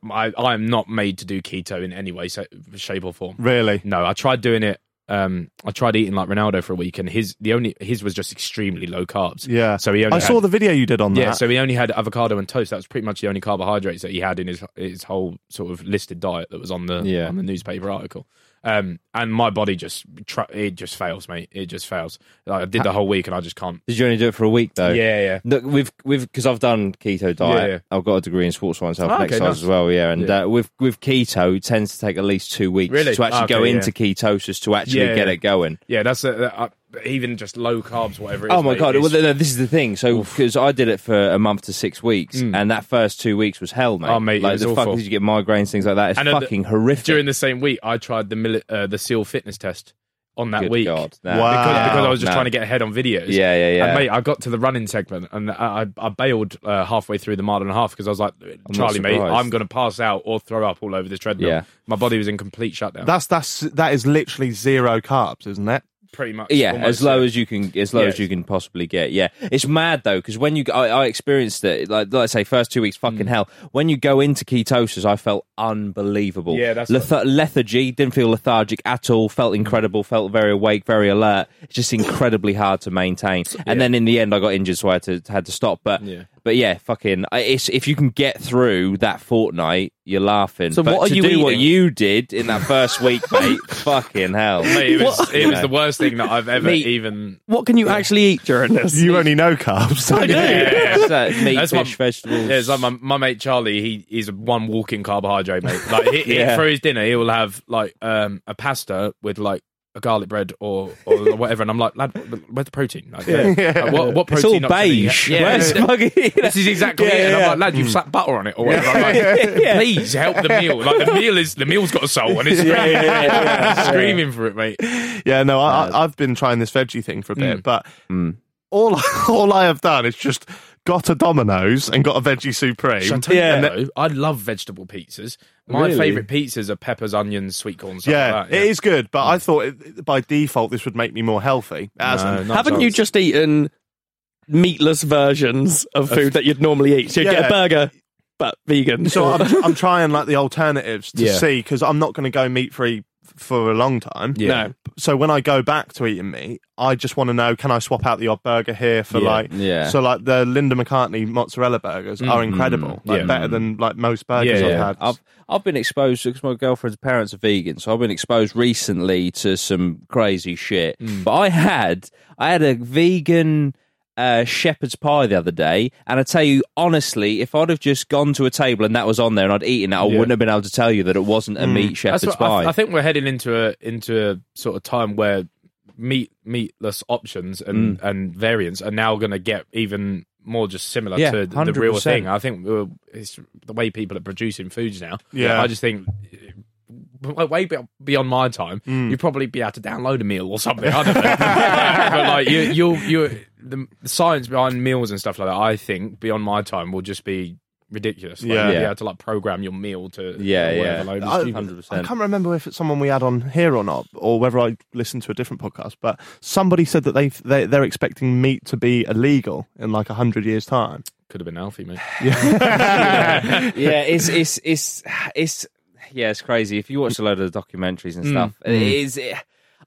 C: I I am not made to do keto in any way, sa- shape or form.
E: Really?
C: No, I tried doing it. Um, I tried eating like Ronaldo for a week, and his the only his was just extremely low carbs.
E: Yeah.
C: So he only
E: I
C: had-
E: saw the video you did on
C: yeah,
E: that.
C: so he only had avocado and toast. That was pretty much the only carbohydrates that he had in his his whole sort of listed diet that was on the
F: Yeah.
C: on the newspaper article. Um, and my body just tr it just fails, mate. It just fails. Like, I did the whole week, and I just can't.
F: Did you only do it for a week though?
C: Yeah, yeah.
F: Look, we've we've because I've done keto diet.
C: Yeah,
F: I've got a degree in sports science health
C: Ah,
F: and
C: okay,
F: exercise
C: nice.
F: as well. Yeah, and
C: Yeah.
F: Uh, with with keto, it tends to take at least two weeks
C: Really?
F: to actually
C: Ah,
F: go
C: okay, yeah.
F: into ketosis to actually
C: Yeah,
F: get
C: yeah.
F: it going.
C: Yeah, that's a, that- I- even just low carbs, whatever. It is,
F: Oh my
C: mate,
F: god!
C: is-
F: Well, no, this is the thing. So, because I did it for a month to six weeks, and that first two weeks was hell, mate.
C: Mm. Oh, mate, it
F: like
C: was
F: the
C: awful.
F: fuck did you get migraines, things like that? It's
C: And at the-
F: fucking horrific.
C: during the same week, I tried the mili- uh, the SEAL fitness test on that
F: Good
C: week.
F: God, no.
E: Wow.
C: because, because I was just
F: Ah, No.
C: trying to get ahead on videos.
F: Yeah, yeah, yeah.
C: And mate, I got to the running segment and I, I I bailed uh, halfway through the mile and a half because I was like, Charlie, mate,
F: surprised.
C: I'm going to pass out or throw up all over this treadmill.
F: Yeah.
C: My body was in complete shutdown.
E: that's that's that is literally zero carbs, isn't it?
C: pretty much.
F: yeah,
C: almost,
F: as low
C: uh,
F: as you can, as low
C: Yeah.
F: as you can possibly get. Yeah, it's mad though because when you, I, I experienced it. Like, like I say, first two weeks,
C: Mm.
F: fucking hell. When you go into ketosis, I felt unbelievable.
C: Yeah, that's
F: Leth- lethargy. Didn't feel lethargic at all. Felt incredible. Felt very awake, very alert. It's just incredibly hard to maintain. And then in the end, I got injured, so I had to had to stop. But
C: Yeah.
F: but yeah, fucking. I- It's, if you can get through that fortnight, you're laughing.
C: So
F: But
C: what are
F: to
C: you
F: do what
C: eating?
F: you did in that first week, mate? fucking hell.
C: Mate, it was, it
F: You
C: was
F: know.
C: the worst thing that I've ever
G: Mate.
C: even.
G: What can you actually eat during this?
E: You only know carbs. don't you?
C: Yeah.
F: It's like meat,
C: That's
F: fish,
C: my-
F: vegetables.
C: Yeah, it's like my, my mate Charlie. He he's a one walking carbohydrate, mate. Like he, he-
F: Yeah.
C: for his dinner, he will have like um, a pasta with like a garlic bread or, or whatever, and I'm like, lad, where's the protein? Like, like, what, what
G: It's
C: protein? option
G: all
C: are you-
G: beige.
C: Yeah,
G: Where's
C: yeah.
G: fucking-
C: This is exactly
G: Yeah,
C: it. And
G: yeah.
C: I'm like, lad, you've slapped butter on it or whatever. I'm like, Please help the meal. Like the meal is the meal's got a soul, and it's screaming, screaming for it, mate.
E: Yeah, no, I, I, I've been trying this veggie thing for a
C: Mm.
E: bit, but all all I have done is just got a Domino's and got a veggie supreme.
C: Should I tell you
G: Yeah.
C: though, I love vegetable pizzas. My
G: Really?
C: favourite pizzas are peppers, onions, sweet corn. Stuff
E: yeah,
C: like that, Mm.
E: it is good, but I thought it, by default this would make me more healthy. Uh, As
C: No, Uh, not
G: Haven't
C: a
G: you
C: chance.
G: just eaten meatless versions of food that you'd normally eat? So you would get
E: Yeah.
G: a burger, but vegan.
E: so I'm, I'm trying like the alternatives to see
C: Mm. Yeah.
E: see because I'm not going to go meat free for a long time.
C: Yeah.
G: No.
E: So when I go back to eating meat, I just want to know can I swap out the odd burger here for
C: Yeah. Mm.
E: like
F: Yeah.
E: so like the Linda McCartney mozzarella burgers are incredible, like
C: Yeah.
E: better than like most burgers
C: Yeah,
E: I've
C: yeah.
E: had.
F: I've I've been exposed because my girlfriend's parents are vegan, so I've been exposed recently to some crazy shit.
C: Hmm.
F: But I had I had a vegan uh, shepherd's pie the other day, and I tell you honestly, if I'd have just gone to a table and that was on there and I'd eaten it, I wouldn't have been able to tell you that it wasn't a meat shepherd's
C: Hmm. That's what,
F: pie.
C: I, I think we're heading into a into a sort of time where meat meatless options and
F: Mm.
C: and variants are now going to get even more just similar
F: Yeah,
C: to the real
F: 100%.
C: thing. I think we're- it's the way people are producing foods now.
E: Yeah.
C: I just think. uh, Way be- beyond my time,
E: Mm.
C: you'd probably be able to download a meal or something. I don't know. but like you, you'll, you, the, the science behind meals and stuff like that, I think beyond my time will just be ridiculous. Like,
E: Yeah.
C: you'll be
F: Yeah.
C: able to like program your meal to
F: Yeah,
C: whatever
F: yeah.
C: load is
E: I,
C: stupid.
E: I can't remember if it's someone we had on here or not, or whether I listened to a different podcast. But somebody said that they, they they're expecting meat to be illegal in like hundred years' time.
C: Could have been Alfie, mate.
F: yeah, it's it's it's it's yeah, it's crazy. If you watch a load of the documentaries
E: Hmm.
F: and stuff, it is. It,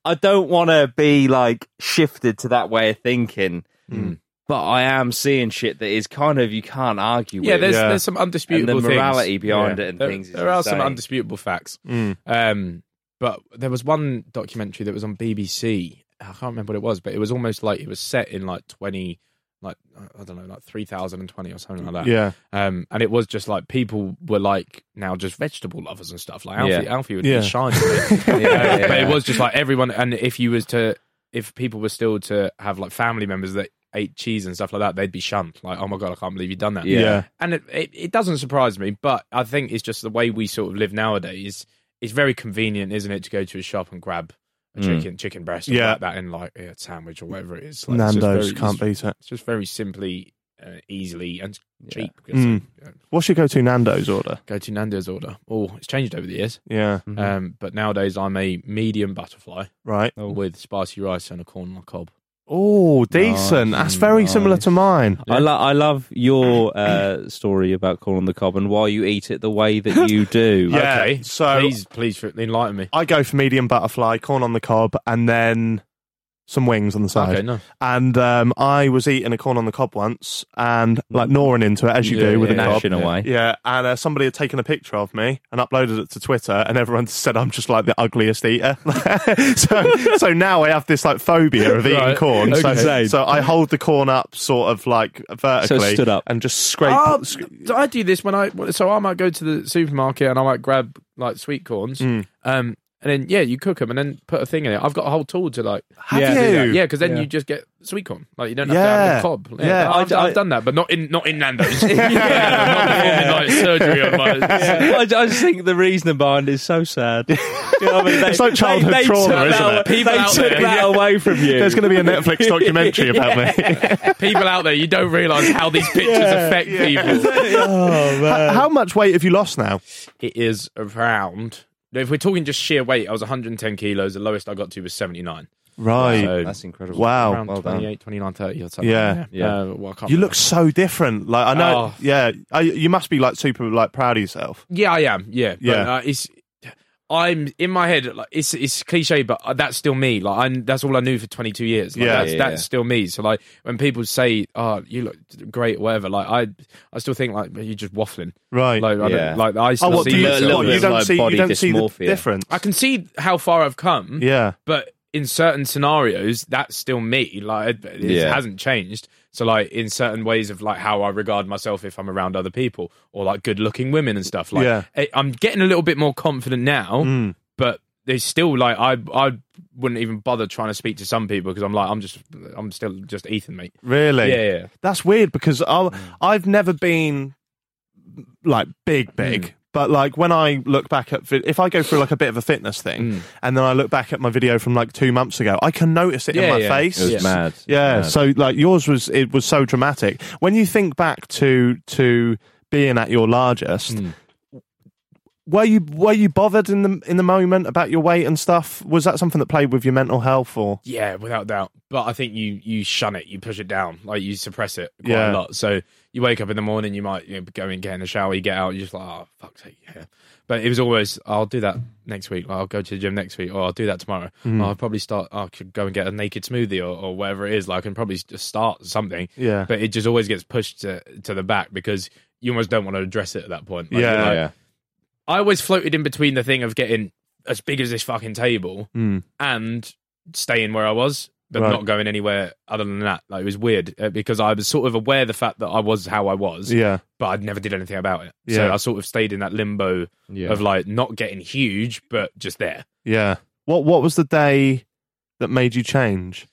F: I don't want to be like shifted to that way of thinking,
E: Hmm.
F: but I am seeing shit that is kind of you can't argue
C: Yeah,
F: with.
C: there's
E: Yeah.
C: there's some undisputable
F: And the
C: things.
F: morality behind it and
C: there,
F: things is
C: There are some
F: insane. Mm.
C: undisputable facts. Um, but there was one documentary that was on BBC. I can't remember what it was, but it was almost like it was set in like twenty, like I don't know, like three thousand and twenty or something like that.
E: Yeah.
C: Um, and it was just like people were like now just vegetable lovers and stuff. Like Alfie,
F: Yeah.
C: Alfie would
E: Yeah.
C: be shy. To it.
F: Yeah, yeah,
C: but it
F: yeah.
C: was just like everyone. And if you was to, if people were still to have like family members that ate cheese and stuff like that, they'd be shunned. Like, oh my god, I can't believe you've done that.
F: Yeah.
C: And it, it, it doesn't surprise me, but I think it's just the way we sort of live nowadays. It's very convenient, isn't it, to go to a shop and grab a chicken chicken breast and
E: Mm. Yeah.
C: grab that in like a sandwich or whatever it is. Like, it's just
E: Nando's
C: very-
E: can't
C: it's-
E: beat it.
C: It's just very simply, uh, easily and cheap. uh,
E: Mm. What's your go-to Nando's order?
C: Go to Nando's order. Oh, it's changed over the years.
E: Yeah,
C: Um, but nowadays I'm a medium butterfly
E: right.
C: with spicy rice and a corn on the cob.
E: Oh, decent. That's very similar to mine.
F: I, lo- I love your uh, story about calling the cob and why you eat it the way that you do.
E: Yeah,
C: okay.
E: so-
C: please, please enlighten me.
E: I go for medium butterfly, corn on the cob, and then some wings on the side.
C: Okay, no.
E: And um, I was eating a corn on the cob once, and like gnawing into it as you
C: Yeah,
E: do with
C: yeah.
E: a cob.
F: Nash in a way.
E: Yeah, and uh, somebody had taken a picture of me and uploaded it to Twitter, and everyone said I'm just like the ugliest eater. so, so now I have this like phobia of eating
C: Right.
E: corn. So,
C: Okay.
E: so I hold the corn up, sort of like vertically,
F: stood up.
E: and just scrape.
C: Oh,
E: sc-
C: I do this when I so I might go to the supermarket and I might grab like sweet corns,
E: Mm.
C: um, and then yeah, you cook them and then put a thing in it. I've got a whole tool to like,
E: have
C: do
E: you?
C: that. yeah, because then you just get sweet corn, like you don't have
E: Yeah.
C: to have the cob.
E: Yeah.
C: I've,
E: I-
C: I,
E: I-
C: have done that, but not in not in Nando's. yeah. Not performing like surgery on my.
F: I, I just think the reasoning behind it is so sad. Do you know what I mean?
E: It's like childhood trauma,
F: took
E: isn't
F: that,
E: it?
F: People
C: People out
F: took
C: there-
F: that away from you.
E: There's going to be a Netflix documentary about me.
C: People out there, you don't realise how these pictures affect people.
E: H- How much weight have you lost now?
C: It is around. If we're talking just sheer weight, I was 110 kilos. The lowest I got to was 79.
E: Right.
C: So-
F: That's incredible.
E: Wow.
C: around
F: well done.
C: 28, 29, 30 or something.
E: Yeah.
F: Yeah.
C: Uh, well, I can't
E: You
C: remember.
E: look so different. Like I know.
C: Oh.
E: Yeah. I, you must be like super like proud of yourself.
C: Yeah, I am. Yeah, But,
E: Yeah.
C: uh, it's I'm in my head. Like it's it's cliche, but uh, that's still me. Like I'm, that's all I knew for 22 years. Like,
E: Yeah.
C: that's,
F: Yeah,
C: that's
F: yeah.
C: still me. So like when people say, "Oh, you look great," whatever. Like I I still think like you're just waffling.
E: Right.
C: Like I
F: Yeah.
C: don't, like I
E: oh,
C: still
E: what
C: see
E: do you?
F: a
C: myself
F: little
E: What,
F: bit
E: you
C: as-
F: of
E: don't
F: like
E: see. You
F: body
E: don't see the
F: dysmorphia.
E: difference.
C: I can see how far I've come.
E: Yeah.
C: But in certain scenarios, that's still me. Like it, it
F: Yeah.
C: hasn't changed. So like in certain ways of like how I regard myself if I'm around other people or like good looking women and stuff. Like eh,
E: Yeah.
C: I- I'm getting a little bit more confident now, but there's still like I I wouldn't even bother trying to speak to some people because I'm like, I'm just, I'm still just Ethan, mate.
E: Really?
C: Yeah, yeah.
E: That's weird because
F: Mm.
E: I, I've never been like big,
F: Mm.
E: big. But like when I look back at, vi- if I go through like a bit of a fitness thing,
F: Mm.
E: and then I look back at my video from like two months ago, I can notice it in
C: Yeah,
E: my
C: yeah.
E: face.
F: It was mad.
E: Yeah.
F: Mad.
E: So like yours was it was so dramatic. When you think back to to being at your largest,
F: Mm.
E: were you were you bothered in the in the moment about your weight and stuff? Was that something that played with your mental health or?
C: Yeah, without doubt. But I think you you shun it, you push it down, like you suppress it quite
E: Yeah.
C: a lot. So you wake up in the morning, you might you know, go and get in the shower, you get out, you're just like, oh fuck's sake, yeah. But it was always, I'll do that next week. Like, I'll go to the gym next week, or I'll do that tomorrow.
E: Mm.
C: I'll probably start. I could go and get a naked smoothie, or, or whatever it is. Like, I can probably just start something.
E: Yeah.
C: But it just always gets pushed to to the back because you almost don't want to address it at that point. Like,
E: Yeah.
C: you're like,
F: yeah.
C: I always floated in between the thing of getting as big as this fucking table and staying where I was, but
E: Hmm. Right.
C: not going anywhere other than that. Like, it was weird uh, because I was sort of aware of the fact that I was how I was,
E: Yeah.
C: but I'd never did anything about it.
E: Yeah.
C: So I sort of stayed in that limbo
F: Yeah.
C: of like not getting huge, but just there.
E: Yeah. What What was the day that made you change?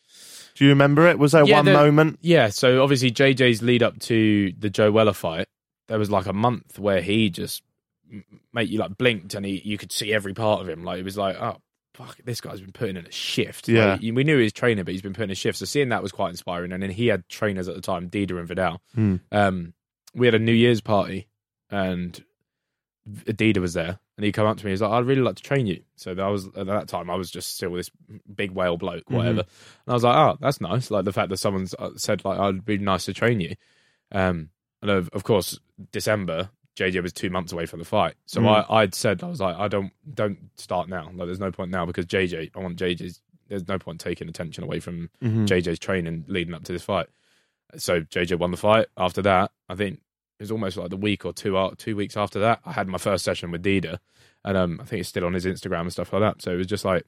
E: Do you remember it? Was there
C: Yeah,
E: one
C: the-
E: moment?
C: Yeah. So obviously JJ's lead up to the Joe Weller fight, there was like a month where he just m- mate you like blinked and he you could see every part of him. Like it was like oh. Fuck, this guy's been putting in a shift. Like,
E: Yeah.
C: you- we knew he was training, but he's been putting in a shift. So seeing that was quite inspiring. And then he had trainers at the time, Dida and Vidal.
E: Hmm.
C: Um, we had a New Year's party, and Dida was there, and he come up to me. He's like, "I'd really like to train you." So that was at that time, I was just still this big whale bloke,
E: Mm-hmm.
C: whatever. And I was like, "Oh, that's nice." Like the fact that someone's uh, said, "Like I'd be nice to train you." Um, and of, of course, December, JJ was two months away from the fight, so I, I'd said, "I was like, I don't don't start now. Like, there's no point now because JJ, I want JJ's. There's no point taking attention away from JJ's training leading up to this fight." So JJ won the fight. After that, I think it was almost like the week or two out two weeks after that, I had my first session with Dida, and um, I think it's still on his Instagram and stuff like that. So it was just like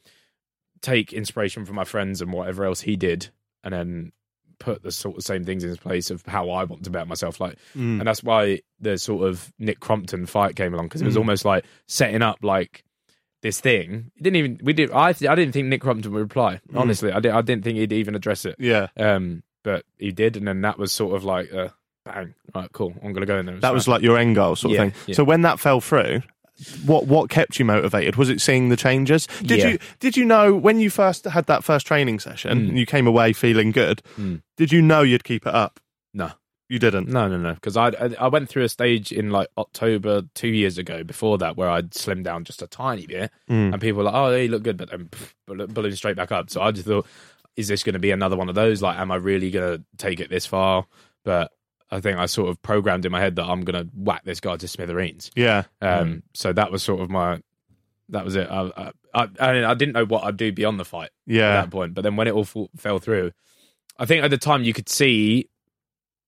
C: take inspiration from my friends and whatever else he did, and then put the sort of same things in place of how I want to better myself. Like, and that's why the sort of Nick Crompton fight came along because it was almost like setting up like this thing. It didn't even we did. I th- I didn't think Nick Crompton would reply. Honestly, I did. I didn't think he'd even address it.
E: Yeah.
C: Um, but he did, and then that was sort of like uh, bang. All right, cool. I'm gonna go in there. and
E: That
C: smash
E: was like your end goal sort
C: Yeah,
E: of thing.
C: yeah.
E: So when that fell through, what what kept you motivated? Was it seeing the changes? Did
C: Yeah. Mm.
E: you did you know when you first had that first training session and you came away feeling good? Did you know you'd keep it up?
C: No.
E: You didn't.
C: No, no, no. Because I I went through a stage in like October two years ago before that where I'd slimmed down just a tiny bit,
E: Mm.
C: and people were like, "Oh, you look good," but then pff, bal- ballooned straight back up. So I just thought, "Is this going to be another one of those? Like, am I really going to take it this far?" But I think I sort of programmed in my head that I'm going to whack this guy to smithereens.
E: Yeah.
C: Um, So that was sort of my, that was it. I, I, I, mean, I didn't know what I'd do beyond the fight
E: Yeah.
C: at that point. But then when it all fall, fell through, I think at the time you could see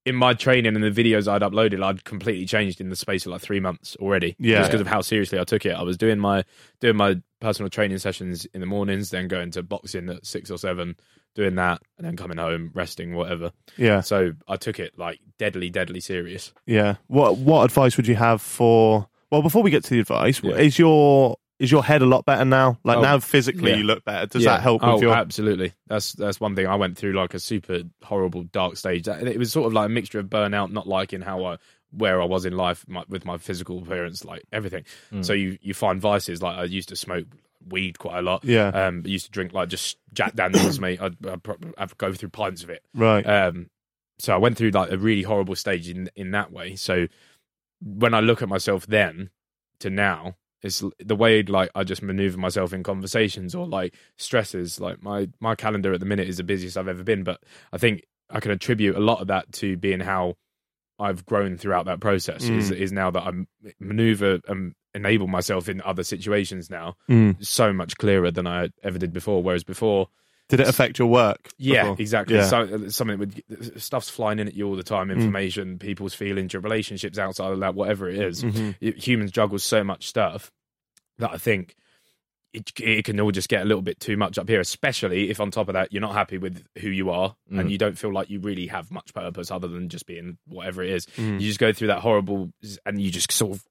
C: in my training and the videos I'd uploaded, I'd completely changed in the space of like three months already.
E: Yeah.
C: Just because of how seriously I took it. I was doing my doing my personal training sessions in the mornings, then going to boxing at six or seven, doing that, and then coming home, resting, whatever.
E: Yeah.
C: So I took it like deadly, deadly serious.
E: Yeah. What what advice would you have for Well, before we get to the advice, is your is your head a lot better now? Like
C: Oh,
E: now physically
C: yeah.
E: you look better. Does
C: Yeah.
E: that help with
C: oh,
E: your
C: absolutely. That's that's one thing. I went through like a super horrible dark stage. That- It was sort of like a mixture of burnout, not liking how I where I was in life my, with my physical appearance, like everything.
E: Hmm.
C: So you you find vices like I used to smoke weed quite a lot.
E: Yeah.
C: Um, I used to drink like just Jack Daniels, mate. I'd, I'd, prob- I'd go through pints of it.
E: Right.
C: Um, so I went through like a really horrible stage in in that way. So when I look at myself then to now, it's l- the way like I just maneuver myself in conversations or like stresses. Like my my calendar at the minute is the busiest I've ever been, but I think I can attribute a lot of that to being how I've grown throughout that process.
E: Mm.
C: Is is now that I'm maneuver and enable myself in other situations now
E: Mm.
C: so much clearer than I ever did before. Whereas before
E: Did it affect your work?
C: yeah,
E: before?
C: exactly.
E: Yeah. Mm.
C: So uh, something with stuff's flying in at you all the time. Information, people's feelings, your relationships outside of that, whatever it is.
E: Mm-hmm.
C: Y- Humans juggle so much stuff that I think it, it can all just get a little bit too much up here. Especially if on top of that you're not happy with who you are
E: Mm.
C: and you don't feel like you really have much
E: Mm.
C: purpose other than just being whatever it is. You just go through that horrible s- and you just sort of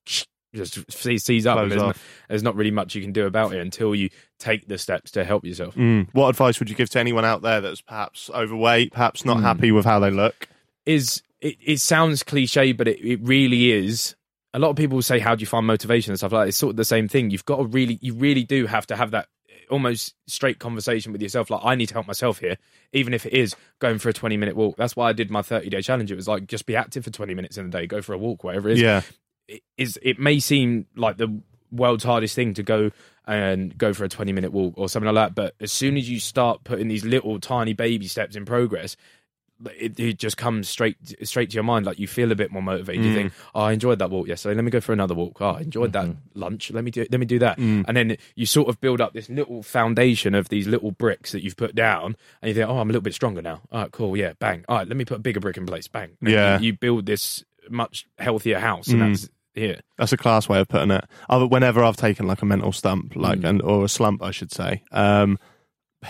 C: just se- seize up. and
E: Close
C: There's, no-
E: off.
C: there's not really much you can do about it until you take the steps to help yourself.
E: What advice would you give to anyone out there that's perhaps overweight, perhaps
C: Hmm.
E: not happy with how they look?
C: is it, it sounds cliche, but it, it really is. A lot of people say, "How do you find motivation and stuff like that?" It's sort of the same thing. You've got to really, you really do have to have that eh, almost straight conversation with yourself. Like, I need to help myself here, even if it is going for a twenty-minute walk. That's why I did my thirty-day challenge. It was like just be active for twenty minutes in a day, go for a walk, whatever it is
E: Yeah.
C: it is it may seem like the world's hardest thing to go and go for a 20 minute walk or something like that but as soon as you start putting these little tiny baby steps in progress it, it just comes straight straight to your mind like you feel a bit more motivated you think oh, i enjoyed that walk yesterday let me go for another walk oh, i enjoyed that lunch let me do let me do that and then you sort of build up this little foundation of these little bricks that you've put down and you think oh i'm a little bit stronger now all right cool yeah bang all right let me put a bigger brick in place bang And
E: Yeah.
C: you, you build this much healthier house and that's here
E: That's a class way of putting it. I've, whenever I've taken like a mental stump, like
C: Mm.
E: and or a slump, I should say, um,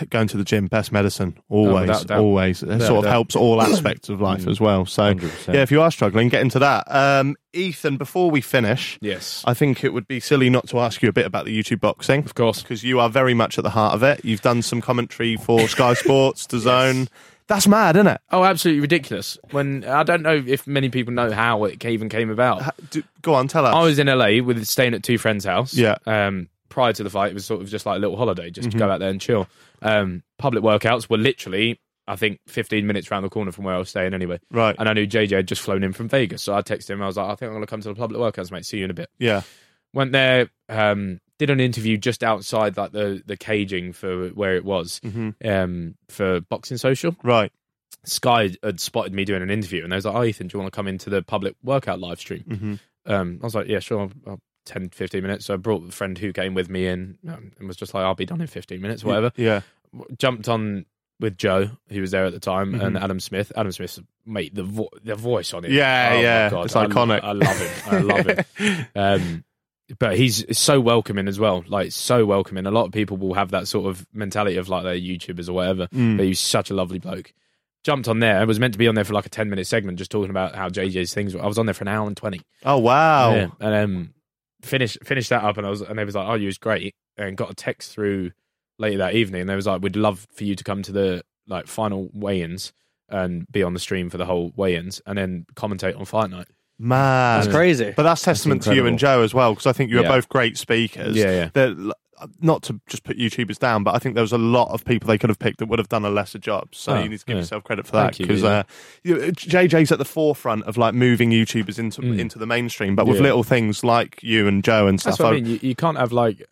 E: going to the gym, best medicine, always,
C: Oh, without a doubt. Mm.
E: always. It sort of helps all aspects of life as well. So,
F: 100%.
E: yeah, if you are struggling, get into that. Um, Ethan, before we finish,
C: Yes.
E: I think it would be silly not to ask you a bit about the YouTube boxing, of
C: course.
E: because you are very much at the heart of it. You've done some commentary for Sky Sports, The Zone. That's mad, isn't it?
C: Oh, absolutely ridiculous. When I don't know if many people know how it ca- even came about.
E: Uh, Do, go on, tell us.
C: I was in LA with staying at two friends' house.
E: Yeah. Mm-hmm.
C: Um, prior to the fight, it was sort of just like a little holiday, just to go out there and chill. Um, public workouts were literally, I think, 15 minutes round the corner from where I was staying anyway.
E: Right.
C: And I knew JJ had just flown in from Vegas, so I texted him. I was like, I think I'm gonna come to the public workouts, mate. See you in a bit.
E: yeah,
C: went there um did an interview just outside like the the caging for where it was
E: Mm-hmm.
C: um for boxing social
E: right.
C: sky had spotted me doing an interview and they was like oh ethan do you want to come into the public workout live stream um i was like yeah sure I'll, I'll 10 15 minutes so i brought the friend who came with me in um, and was just like i'll be done in 15 minutes whatever
E: Yeah,
C: jumped on with Joe, who was there at the time,
E: Mm-hmm.
C: and Adam Smith. Adam Smith's mate, the vo- the voice on it. Oh
E: Yeah,
C: my
E: yeah, it's
C: I-
E: iconic.
C: I, love him. I love him. Um, but he's so welcoming as well. Like so welcoming. A lot of people will have that sort of mentality of like they're YouTubers or whatever.
E: Mm.
C: But he's such a lovely bloke. Jumped on there. I was meant to be on there for like a ten minute segment, just talking about how JJ's things. were. I was on there for an hour and twenty.
E: Oh wow!
C: Yeah, and um, finished finished that up, and I was and they was like, "Oh, you was great," and got a text through later that evening, and they was like, "We'd love for you to come to the like final weigh-ins and be on the stream for the whole weigh-ins, and then commentate on fight night."
E: Mad.
G: That's crazy.
E: But that's testament to you and Joe as well, because I think you were
F: Yeah.
E: both great speakers.
C: Yeah, yeah.
E: That- not to just put YouTubers down, but I think there was a lot of people they could have picked that would have done a lesser job. So
C: Oh,
E: you need to give
C: yeah.
E: yourself credit for that
C: Thank you,
E: because
C: yeah.
E: uh, you- JJ's at the forefront of like moving YouTubers into into the mainstream, but with
C: Mm. Yeah.
E: little things like you and Joe and stuff.
C: That's what I mean. You, you can't have like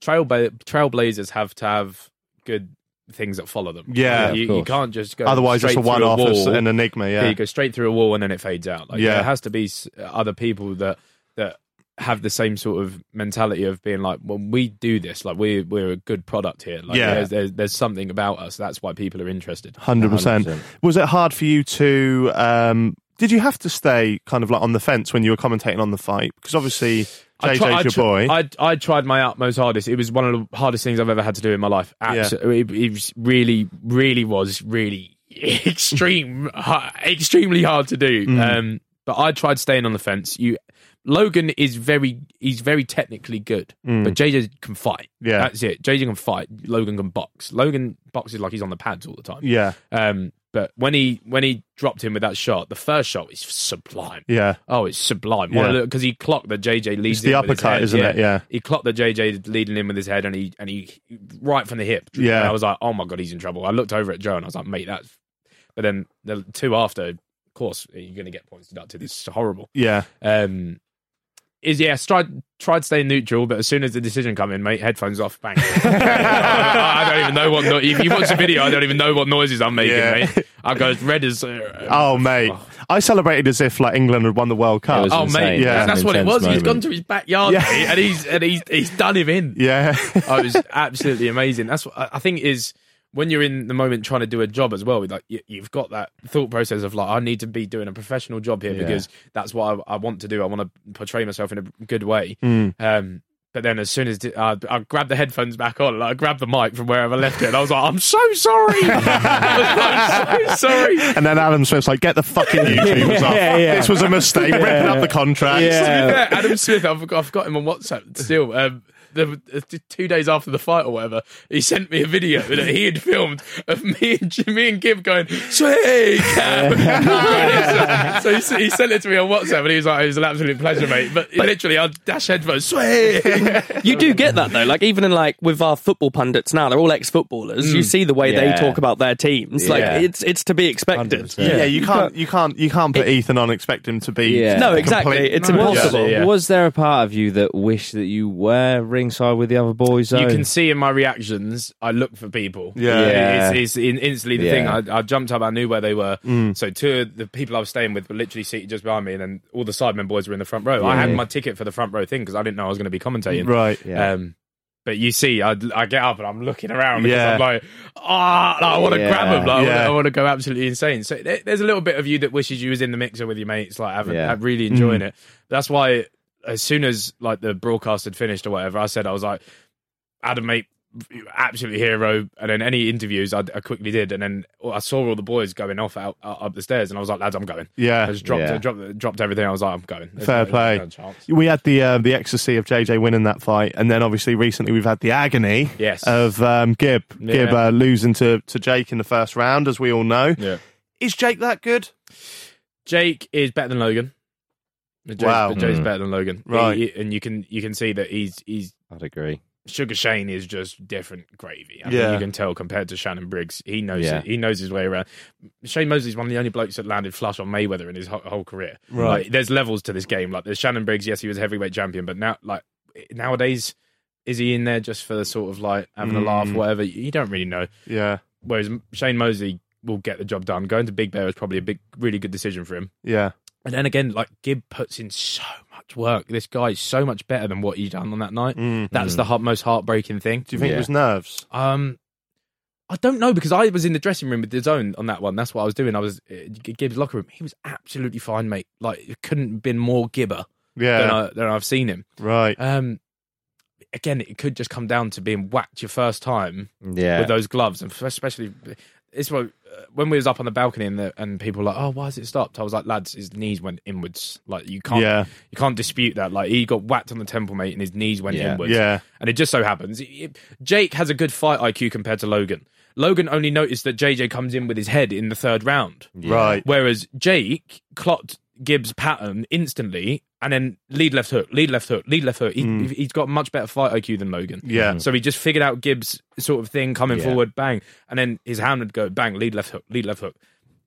C: trailbla- trailblazers have to have good things that follow them.
E: Yeah,
C: you,
F: of
C: you
F: course.
C: can't just go.
E: Otherwise, it's
C: straight
E: a
C: through
E: one-off, it's
C: wall.
E: an enigma.
C: Yeah,
E: Yeah,
C: you go straight through a wall and then it fades out. Like,
E: Yeah.
C: there has to be s- other people that that have the same sort of mentality of being like, when we do this, like we're we're a good product here. Like,
E: Yeah.
C: there's, there's there's something about us. That's why people are interested.
E: hundred percent.
F: 100%.
E: Was it hard for you to? Um, did you have to stay kind of like on the fence when you were commentating on the fight? Because obviously
C: I
E: JJ's
C: tri- I
E: your
C: tri-
E: boy.
C: I, I tried my utmost hardest. It was one of the hardest things I've ever had to do in my life. Absolutely, it, it was really, really was really extreme, ha- extremely hard to do.
E: Mm-hmm.
C: Um, but I tried staying on the fence. You, Logan is very, he's very technically good, but JJ can fight.
E: Mm. Yeah.
C: that's it. JJ can fight. Logan can box. Logan boxes like he's on the pads all the time.
E: yeah,
C: Um, but when he when he dropped him with that shot, the first shot is sublime.
E: yeah.
C: Oh, it's sublime.
E: Yeah.
C: Because he clocked that JJ leads
E: It's the
C: in with his
E: uppercut,
C: head.
E: isn't it? Yeah.
C: He clocked that JJ leading in with his head and he and he right from the hip.
E: Yeah.
C: And I was like, oh my god, he's in trouble. I looked over at Joe and I was like, mate, that's but then the two after, of course, you're gonna get points deducted. It's horrible.
E: Yeah,
C: Um is yeah, tried tried staying neutral, but as soon as the decision come in, mate, headphones off, bang. I I don't even know what. No- if you watch the video, I don't even know what noises I'm making,
E: Yeah.
C: mate. I go red as. Uh,
E: Oh mate, I celebrated as if like England had won the World Cup.
F: was
C: Oh
F: insane.
C: mate,
E: Yeah.
C: that's
F: An
C: what it
F: intense
C: was. He's gone
F: moment.
C: to his backyard
E: Yeah.
C: mate, and he's and he's he's done him in.
E: yeah,
C: Oh, it was absolutely amazing. That's what I I think is when you're in the moment trying to do a job as well. Like you, you've got that thought process of like I need to be doing a professional job here because that's what I, I want to do. I want to portray myself in a good way. Um, But then as soon as di- I, I grabbed the headphones back on, like, I grabbed the mic from wherever I left it, and I was like, I'm so sorry. I was like, so sorry.
E: And then Adam Smith's like, get the fucking YouTube up.
F: Yeah, yeah.
E: This was a mistake. Ripping up the contract.
C: Yeah, Adam Smith, I've got, I've got him on WhatsApp still. Um, the, uh, t- two days after the fight or whatever, he sent me a video that he had filmed of me and Jimmy and Gib going, Sweet So he, s- he sent it to me on WhatsApp and he was like, It was an absolute pleasure, mate. But, literally, I'd dash headphones, Sweet
G: You do get that though. Like even in like with our football pundits now, they're all ex-footballers.
C: Mm.
G: You see the way
F: Yeah.
G: they talk about their teams. Like
F: Yeah.
G: it's it's to be expected.
F: 100%.
E: Yeah, you can't, you can't, you can't put Ethan on. Expect him to be.
F: Yeah.
G: No,
E: a
G: exactly.
E: complete-
G: It's
C: No,
G: impossible.
C: yeah.
F: Was there a part of you that wished that you were ringside with the other boys? Though?
C: You can see in my reactions, I look for people.
E: Yeah.
F: Yeah.
C: It's, it's in, instantly the
F: Yeah. Mm.
C: thing. I, I jumped up, I knew where they were. So two of the people I was staying with were literally seated just behind me, and then all the Sidemen boys were in the front row. I had my ticket for the front row thing because I didn't know I was going to be commentating.
E: Right.
F: Yeah.
C: Um, but you see, I, I get up and I'm looking around because
E: Yeah.
C: I'm like, ah, like, I want to
F: Yeah.
C: grab them. Like, I wanna-
E: Yeah.
C: I want to go absolutely insane. So there- there's a little bit of you that wishes you was in the mixer with your mates, like having,
F: Yeah. Mm.
C: have- really enjoying it. That's why as soon as like the broadcast had finished or whatever, I said I was like, Adam, mate, absolute hero. And then any interviews I, I quickly did, and then I saw all the boys going off out, out up the stairs, and I was like, lads, I'm going.
E: Yeah.
C: I just dropped,
F: Yeah.
C: dropped, dropped everything. I was like, I'm going. There's
E: Fair
C: no-
E: play.
C: no chance.
E: We had the uh, the ecstasy of JJ winning that fight, and then obviously recently we've had the agony
C: Yes.
E: of um, Gib
C: Yeah.
E: Gib uh, losing to to Jake in the first round, as we all know.
C: Yeah.
E: Is Jake that good?
C: Jake is better than Logan. Jake,
E: Wow.
C: Jake's
F: Hmm.
C: better than Logan,
E: Right.
C: He- and you can you can see that he's he's
F: I'd agree.
C: Sugar Shane is just different gravy. I
E: Yeah.
C: think you can tell compared to Shannon Briggs. He knows
F: Yeah.
C: he knows his way around. Shane Mosley's one of the only blokes that landed flush on Mayweather in his whole, whole career.
E: Right.
C: Like, there's levels to this game. Like there's Shannon Briggs. Yes, he was a heavyweight champion, but now like nowadays. Is he in there just for sort of like having a laugh,
E: Mm.
C: whatever? You don't really know.
E: Yeah,
C: Whereas Shane Mosley will get the job done. Going to Big Bear was probably a big, really good decision for him.
E: yeah,
C: And then again, like Gibb puts in so much work. This guy is so much better than what he done on that night.
E: Mm.
C: That's the heart, most heartbreaking thing.
E: Do you think
F: Yeah.
E: it was nerves?
C: Um, I don't know because I was in the dressing room with the zone on that one. That's what I was doing. I was uh, G- Gibb's locker room. He was absolutely fine, mate. Like it couldn't have been more Gibber than,
E: Yeah,
C: I, than I've seen him.
E: right.
C: Um, again, it could just come down to being whacked your first time
F: Yeah.
C: with those gloves, and f- especially it's what uh, when we was up on the balcony and, the, and people were like, oh, why has it stopped? I was like, lads, his knees went inwards. Like you can't,
E: Yeah.
C: you can't dispute that. Like he got whacked on the temple, mate, and his knees went
F: Yeah.
C: inwards.
E: Yeah,
C: And it just so happens, it- it- Jake has a good fight IQ compared to Logan. Logan only noticed that JJ comes in with his head in the third round,
E: right.
C: whereas Jake clocked Gibbs' pattern instantly and then lead left hook, lead left hook, lead left hook. He, He's got much better fight IQ than Logan.
E: Mm. Yeah.
C: So he just figured out Gibbs' sort of thing coming
F: Yeah.
C: forward, bang, and then his hand would go bang, lead left hook, lead left hook.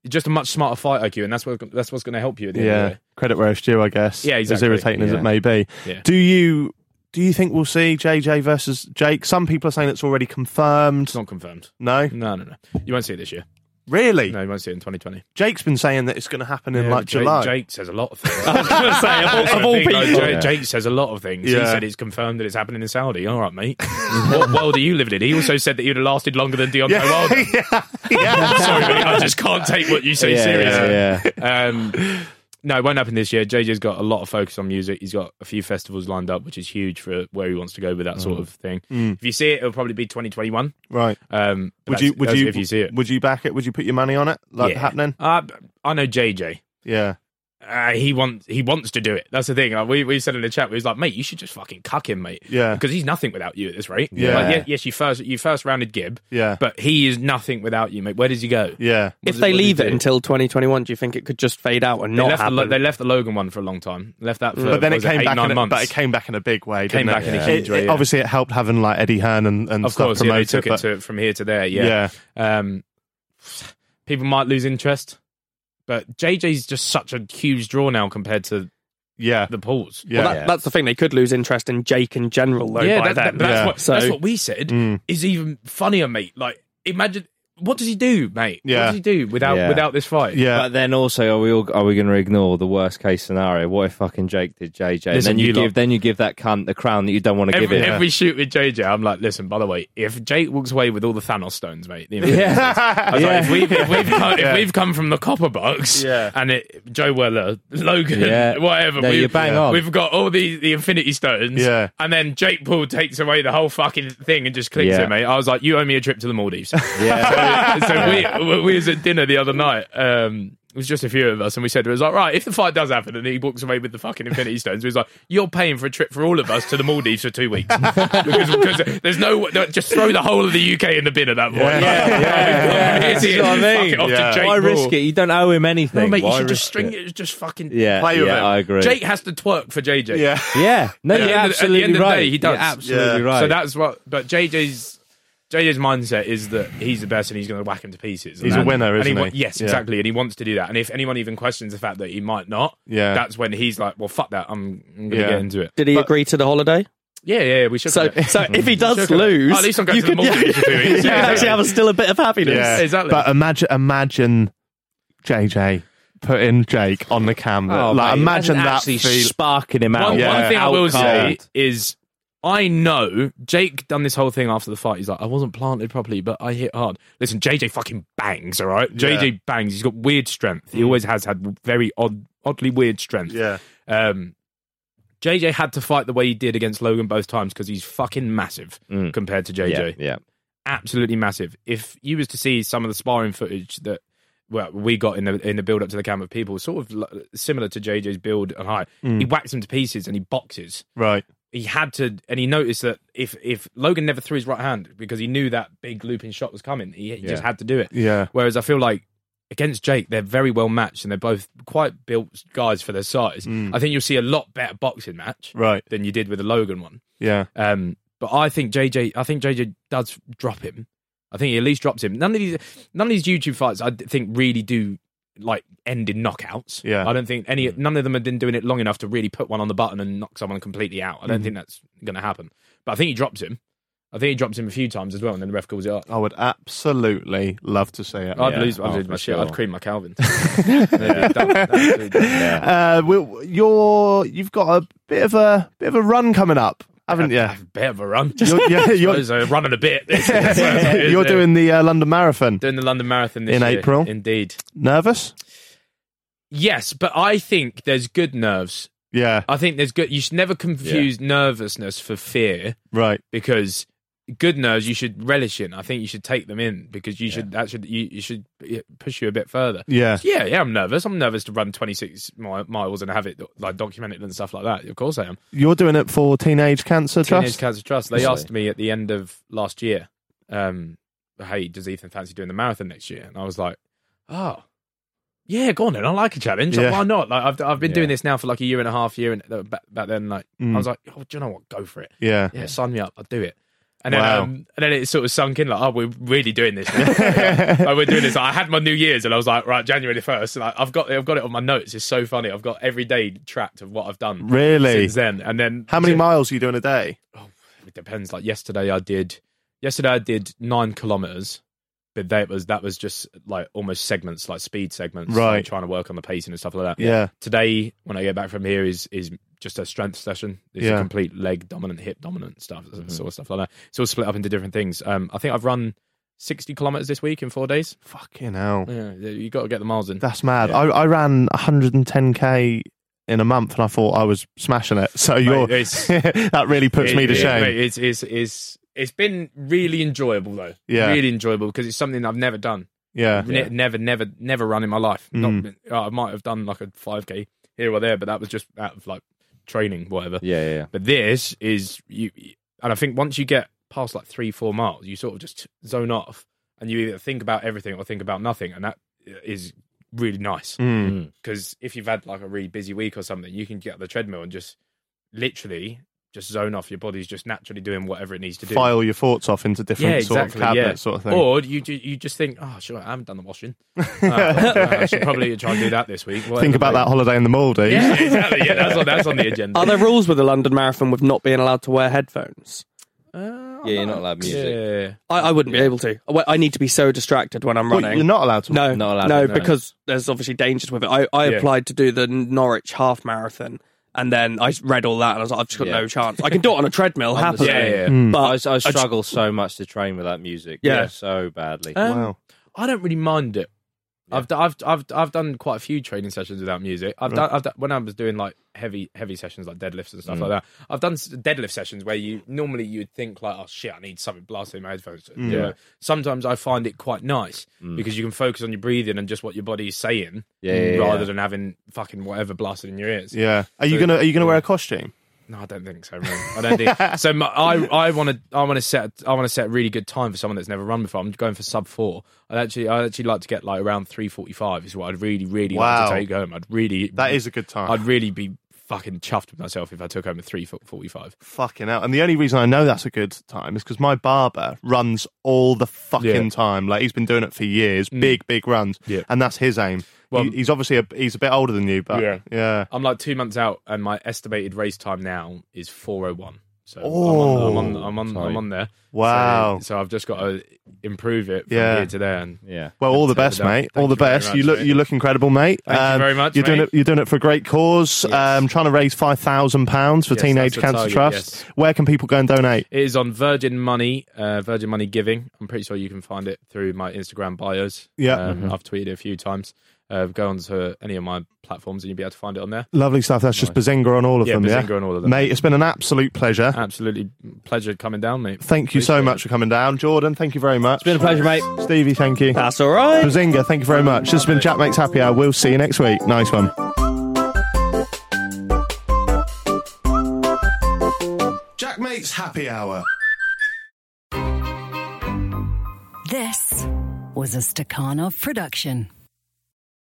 C: Just a much smarter fight IQ, and that's what that's what's going to help you at the end. Of the
E: Yeah,
C: day.
E: credit where it's due, I guess.
C: Yeah, exactly.
E: As irritating as
F: Yeah.
E: it may be.
C: Yeah.
E: Do you do you think we'll see JJ versus Jake? Some people are saying it's already confirmed.
C: It's not confirmed.
E: No,
C: No, no, no. You won't see it this year.
E: really.
C: No, you won't see it in 2020.
E: Jake's been saying that it's going to happen in
C: Yeah,
E: like
C: Jake,
E: July.
C: Jake says a lot of things.
G: Say, of all- of all
C: Thing, like,
G: people.
C: Jake, Jake says a lot of things. He
E: Yeah.
C: said it's confirmed that it's happening in Saudi. All right, mate. what world are you living in? He also said that he would have lasted longer than Deontay Wilder.
E: yeah, yeah.
C: Sorry, mate, I just can't take what you say
F: yeah,
C: seriously.
F: yeah, yeah.
C: Um, no, it won't happen this year. JJ's got a lot of focus on music. He's got a few festivals lined up, which is huge for where he wants to go with that
E: Mm.
C: sort of thing. If you see it, it'll probably be 2021.
E: Right.
C: Um, but
E: Would
C: that's-
E: you? Would
C: that's
E: you?
C: If you see it,
E: Would you back it? Would you put your money on it? Like
C: Yeah.
E: happening?
C: Uh, I know JJ.
E: Yeah.
C: Uh, he wants he wants to do it. That's the thing. Like, we we said in the chat, we was like, mate, you should just fucking cuck him, mate.
E: Yeah.
C: because he's nothing without you at this rate.
F: Yeah.
C: Like, yes, yes, you first you first rounded Gibb.
E: Yeah.
C: but he is nothing without you, mate. Where does he go?
E: Yeah.
G: If
C: What did
G: they
C: he
G: leave it
C: do?
G: until 2021, do you think it could just fade out and
C: They
G: not
C: left, the,
G: happen?
C: Lo- they left the Logan one for a long time. Left that for
E: But then
C: what
E: it
C: was
E: came
C: eight,
E: back,
C: nine
E: in a,
C: months.
E: but it came back in a big way.
C: Came
E: didn't it?
C: back in a
E: It-
C: huge way,
E: it
C: yeah.
E: Obviously, it helped having like Eddie Hearn and, and
C: of
E: stuff
C: course, yeah, they
E: promoted.
C: took
E: but
C: it to, from here to there. Yeah. Um, people might lose interest, but JJ's just such a huge draw now compared to
E: yeah,
C: the pools.
E: yeah,
G: Well, that, that's the thing. They could lose interest in Jake in general, though,
C: yeah,
G: by
C: that- that-
G: then.
C: that's,
E: Yeah.
C: What,
G: So-
C: that's what we said
E: Mm.
C: is even funnier, mate. Like, imagine what does he do, mate?
E: Yeah.
C: What does he do without
F: Yeah.
C: without this fight?
E: Yeah.
F: But then also, are we all, are we going to ignore the worst case scenario? What if fucking Jake did JJ? and
C: Listen,
F: then you,
C: you
F: give
C: lot-
F: then you give that cunt the crown that you don't want to give
C: Every,
F: it.
C: every shoot with JJ, I'm like, listen. By the way, if Jake walks away with all the Thanos stones, mate, the Infinity Stones, I was like, if we've if we've come, if we've come from the copper box,
E: Yeah.
C: and it, Joe Weller, Logan,
F: Yeah.
C: whatever,
F: No,
C: we,
F: you're bang on.
C: we've got all the the Infinity Stones,
E: Yeah.
C: and then Jake Paul takes away the whole fucking thing and just clicks
F: Yeah.
C: it, mate. I was like, you owe me a trip to the Maldives.
F: Yeah.
C: so we, we- we was at dinner the other night. Um, it was just a few of us, and we said it was like, right, if the fight does happen and he walks away with the fucking Infinity Stones, we was like, you're paying for a trip for all of us to the Maldives for two weeks because, because there's no, no, just throw the whole of the UK in the bin at that point. Like,
F: Yeah, yeah.
C: Here's
F: That's
C: it,
F: what I
C: fuck
F: mean.
C: it off to
E: Yeah.
C: Jake
F: Why risk
C: Paul.
F: it? You don't owe him anything.
C: No, mate, you
F: Why
C: should just
F: risk
C: string it. Just fucking
F: Yeah,
E: Play with
F: yeah,
E: it.
F: I agree.
C: Jake has to twerk for JJ.
E: Yeah.
F: yeah, no,
C: At
F: you're
C: the end of the- at the
F: absolutely
C: end of the
F: right.
C: day, he does.
F: You're absolutely
E: Yeah.
F: right.
C: So that's what. But JJ's JJ's mindset is that he's the best and he's going to whack him to pieces. and
E: He's a
C: that-
E: winner,
C: and
E: isn't
C: wa-
E: he?
C: Yes,
E: Yeah.
C: exactly. And he wants to do that. And if anyone even questions the fact that he might not,
E: Yeah.
C: that's when he's like, "Well, fuck that. I'm, I'm going to
E: Yeah.
C: get into it."
G: Did he agree to the holiday?
C: Yeah, yeah. yeah, We should.
G: So, so if he does
C: Sugar.
G: lose,
C: Oh, at least I'm going
G: you
C: to the
G: could-
C: Maldives for two weeks.
G: you could
C: Yeah,
G: actually
C: yeah.
G: have a, still a bit of happiness.
E: Yeah.
C: Exactly.
E: But imagine, imagine JJ putting Jake on the camera.
F: Oh,
E: like,
F: mate,
E: imagine
F: that's
E: that.
F: actually
E: feel-
F: sparking him out.
C: One,
E: Yeah.
C: one thing I will say
F: Outcast.
C: is I know Jake done this whole thing after the fight. He's like, I wasn't planted properly, but I hit hard. Listen, JJ fucking bangs, all right? JJ bangs. He's got weird strength.
F: Mm.
C: He always has had very odd, oddly weird strength.
E: Yeah.
C: Um, JJ had to fight the way he did against Logan both times because he's fucking massive
F: Mm.
C: compared to JJ
F: yeah, yeah.
C: absolutely massive. If you was to see some of the sparring footage that well we got in the in the build up to the camp of people, sort of li- similar to JJ's build and height,
E: Mm.
C: he whacks him to pieces and he boxes.
E: Right.
C: He had to, and he noticed that if if Logan never threw his right hand because he knew that big looping shot was coming, he, he just
F: Yeah.
C: had to do it.
E: Yeah.
C: Whereas I feel like against Jake, they're very well matched and they're both quite built guys for their size. I think you'll see a lot better boxing match
E: Mm. Right.
C: than you did with the Logan one.
E: Yeah.
C: Um, but I think JJ, I think JJ does drop him. I think he at least drops him. None of these, none of these YouTube fights, I d- think really do like end in knockouts.
E: Yeah. Mm.
C: I don't think any, none of them have been doing it long enough to really put one on the button and knock someone completely out. I don't
E: Mm-hmm.
C: think that's going to happen. But I think he drops him. I think he drops him a few times as well, and then the ref calls it up.
E: I would absolutely love to see it.
C: I'd
F: Yeah.
C: lose, I'd
F: Oh,
C: lose my
F: for
C: shit.
F: sure.
C: I'd cream my Calvin. yeah.
E: Uh, well, you're you've got a bit of a bit of a run coming up, haven't you?
C: Have a bit of a run.
E: You're, yeah,
C: I
E: you're,
C: was, uh, running a bit. Isn't
E: you're
C: it?
E: doing the uh, London Marathon.
C: doing the London Marathon this
E: In
C: year.
E: April?
C: Indeed.
E: Nervous?
C: Yes, but I think there's good nerves.
E: Yeah.
C: I think there's good. You should never confuse nervousness for fear
E: Right.
C: because good nerves you should relish in. I think you should take them in because you should that should you, you should yeah, push you a bit further.
E: Yeah.
C: Yeah, yeah, I'm nervous. I'm nervous to run 26 mi- miles and have it like documented and stuff like that. Of course I am.
E: You're doing it for Teenage Cancer
C: Teenage
E: Trust.
C: Cancer Trust. They
F: Really?
C: asked me at the end of last year, um, "Hey, does Ethan fancy doing the marathon next year?" And I was like, "Oh, yeah, go on then. I like a challenge. Like,
E: Yeah.
C: why not? Like, I've I've been doing
F: Yeah.
C: this now for like a year and a half, year and uh, back, back then, like, I was like, oh, do you know what? Go for it.
E: Mm. yeah.
C: Yeah, sign me up. I'll do it." And then,
E: Wow.
C: um, and then it sort of sunk in like, oh, we're really doing this. now. like, we're doing this. I had my New Year's, and I was like, right, January the first. Like, I've got, I've got it on my notes. It's so funny. I've got every day tracked of what I've done
E: Really?
C: since then. And then,
E: How many
C: since-
E: miles are you doing a day?
C: it depends. Like yesterday, I did yesterday I did nine kilometers, but that was that was just like almost segments, like speed segments, like,
E: Right.
C: trying to work on the pacing and stuff like that.
E: Yeah.
C: Today, when I get back from here, is is just a strength session. It's
E: Yeah. Mm-hmm.
C: a complete leg dominant, hip dominant stuff, sort of stuff like that. It's all split up into different things. Um, I think I've run sixty kilometers this week in four days.
E: Fucking hell.
C: Yeah, you got to get the miles in.
E: That's mad. I, I ran 110k in a month, and I thought I was smashing it. So you're
C: it's-
E: that really puts
C: It-
E: me to
C: it-
E: shame.
C: mate, it's, it's, it's, it's been really enjoyable though.
E: Yeah.
C: Really enjoyable because it's something I've never done.
E: yeah,
C: Ne- never, never, never run in my life.
F: Mm.
C: Not, I might have done like a 5k here or there, but that was just out of like training, whatever.
F: Yeah, yeah, yeah.
C: But this is you, and I think once you get past like three, four miles, you sort of just zone off, and you either think about everything or think about nothing, and that is really nice
F: Mm.
C: because if you've had like a really busy week or something, you can get on the treadmill and just literally just zone off. Your body's just naturally doing whatever it needs to do
E: file your thoughts off into different sort of cabinet
C: yeah.
E: sort of thing.
C: Or you ju- you just think, oh, sure, I haven't done the washing. Uh, I should probably try and do that this week.
E: Think about that holiday in the Maldives.
C: Yeah, exactly. Yeah, that's on, that's on the agenda.
G: Are there rules with the London Marathon with not being allowed to wear headphones?
C: Uh,
F: yeah, you're not allowed music.
C: Yeah.
G: I, I wouldn't be able to. I, I need to be so distracted when I'm
E: Well,
G: running.
E: you're not allowed to.
G: No,
F: Not allowed
G: no,
F: to, no.
G: because there's obviously dangers with it. I, I
C: Yeah.
G: applied to do the Norwich half marathon, and then I read all that, and I was like, I've just got
F: Yeah. Hmm.
G: no chance. I can do it on a treadmill happily,
C: Yeah, yeah.
G: but
F: I, I
G: I just-
F: struggle so much to train without music.
G: Yeah.
F: Yeah, so badly.
C: Um,
E: Wow.
C: I don't really mind it. I've, d- I've I've I've done quite a few training sessions without music. I've done I've done, when I was doing like heavy heavy sessions like deadlifts and stuff like
F: Mm.
C: that. I've done s- deadlift sessions where you normally you'd think like oh shit I need something blasting in my headphones. You know, sometimes I find it quite nice because you can focus on your breathing and just what your body's saying
F: Mm. Yeah, yeah,
C: rather
F: yeah.
C: than having fucking whatever blasted in your ears.
E: Yeah. Are you gonna Are you gonna wear a costume?
C: No, I don't think so. Man. I don't think so. My, I I want to I want to set I want to set a really good time for someone that's never run before. I'm going for sub four. I'd actually I'd actually like to get like around three forty five is what I'd really really like
E: Wow.
C: to take home. I'd really
E: That is a good time.
C: I'd really be fucking chuffed with myself if I took home a three forty five.
E: Fucking out. And the only reason I know that's a good time is because my barber runs all the fucking
C: Yeah. Mm.
E: time. Like he's been doing it for years. Big, big runs.
C: Yeah.
E: And that's his aim.
C: Well-
E: He- he's obviously a, he's a bit older than you, but yeah.
C: Yeah. I'm like two months out, and my estimated race time now is four oh one. So I'm on I'm on I'm on, I'm on there.
E: Oh, Wow.
C: So, so I've just got to improve it from
E: Yeah.
C: here to there. And
F: Yeah.
E: Well, all the
C: Tell me
E: best,
C: that.
E: mate.
C: uh, Thank
E: all the
C: you very
E: best.
C: much,
E: you look
C: mate.
E: you look incredible, mate. Um,
C: Thank you very much,
E: You're doing
C: mate.
E: it. You're doing it for a great cause. Um, trying to raise five thousand pounds for
C: Yes,
E: Teenage
C: that's the
E: Cancer
C: target,
E: Trust.
C: yes.
E: Where can people go and donate?
C: It is on Virgin Money, uh, Virgin Money Giving. I'm pretty sure you can find it through my Instagram bios.
E: Yeah.
C: um, I've tweeted it a few times. Uh, go onto any of my platforms and you'll be able to find it on there.
E: Lovely stuff. That's just Bazinga on all of
C: Yeah,
E: them.
C: Bazinga on all of them.
E: mate. It's been an absolute pleasure.
C: Absolutely pleasure coming down, mate.
E: Thank you so
C: Appreciate it.
E: much for coming down, Jordan. Thank you very much. It's
F: Been a pleasure, mate.
E: Stevie. Thank you.
G: that's all right.
E: Bazinga. Thank you very much. This has been Jack Makes Happy Hour. We'll see you next week. Nice one. Jack Makes Happy Hour.
I: This was a Stakhanov production.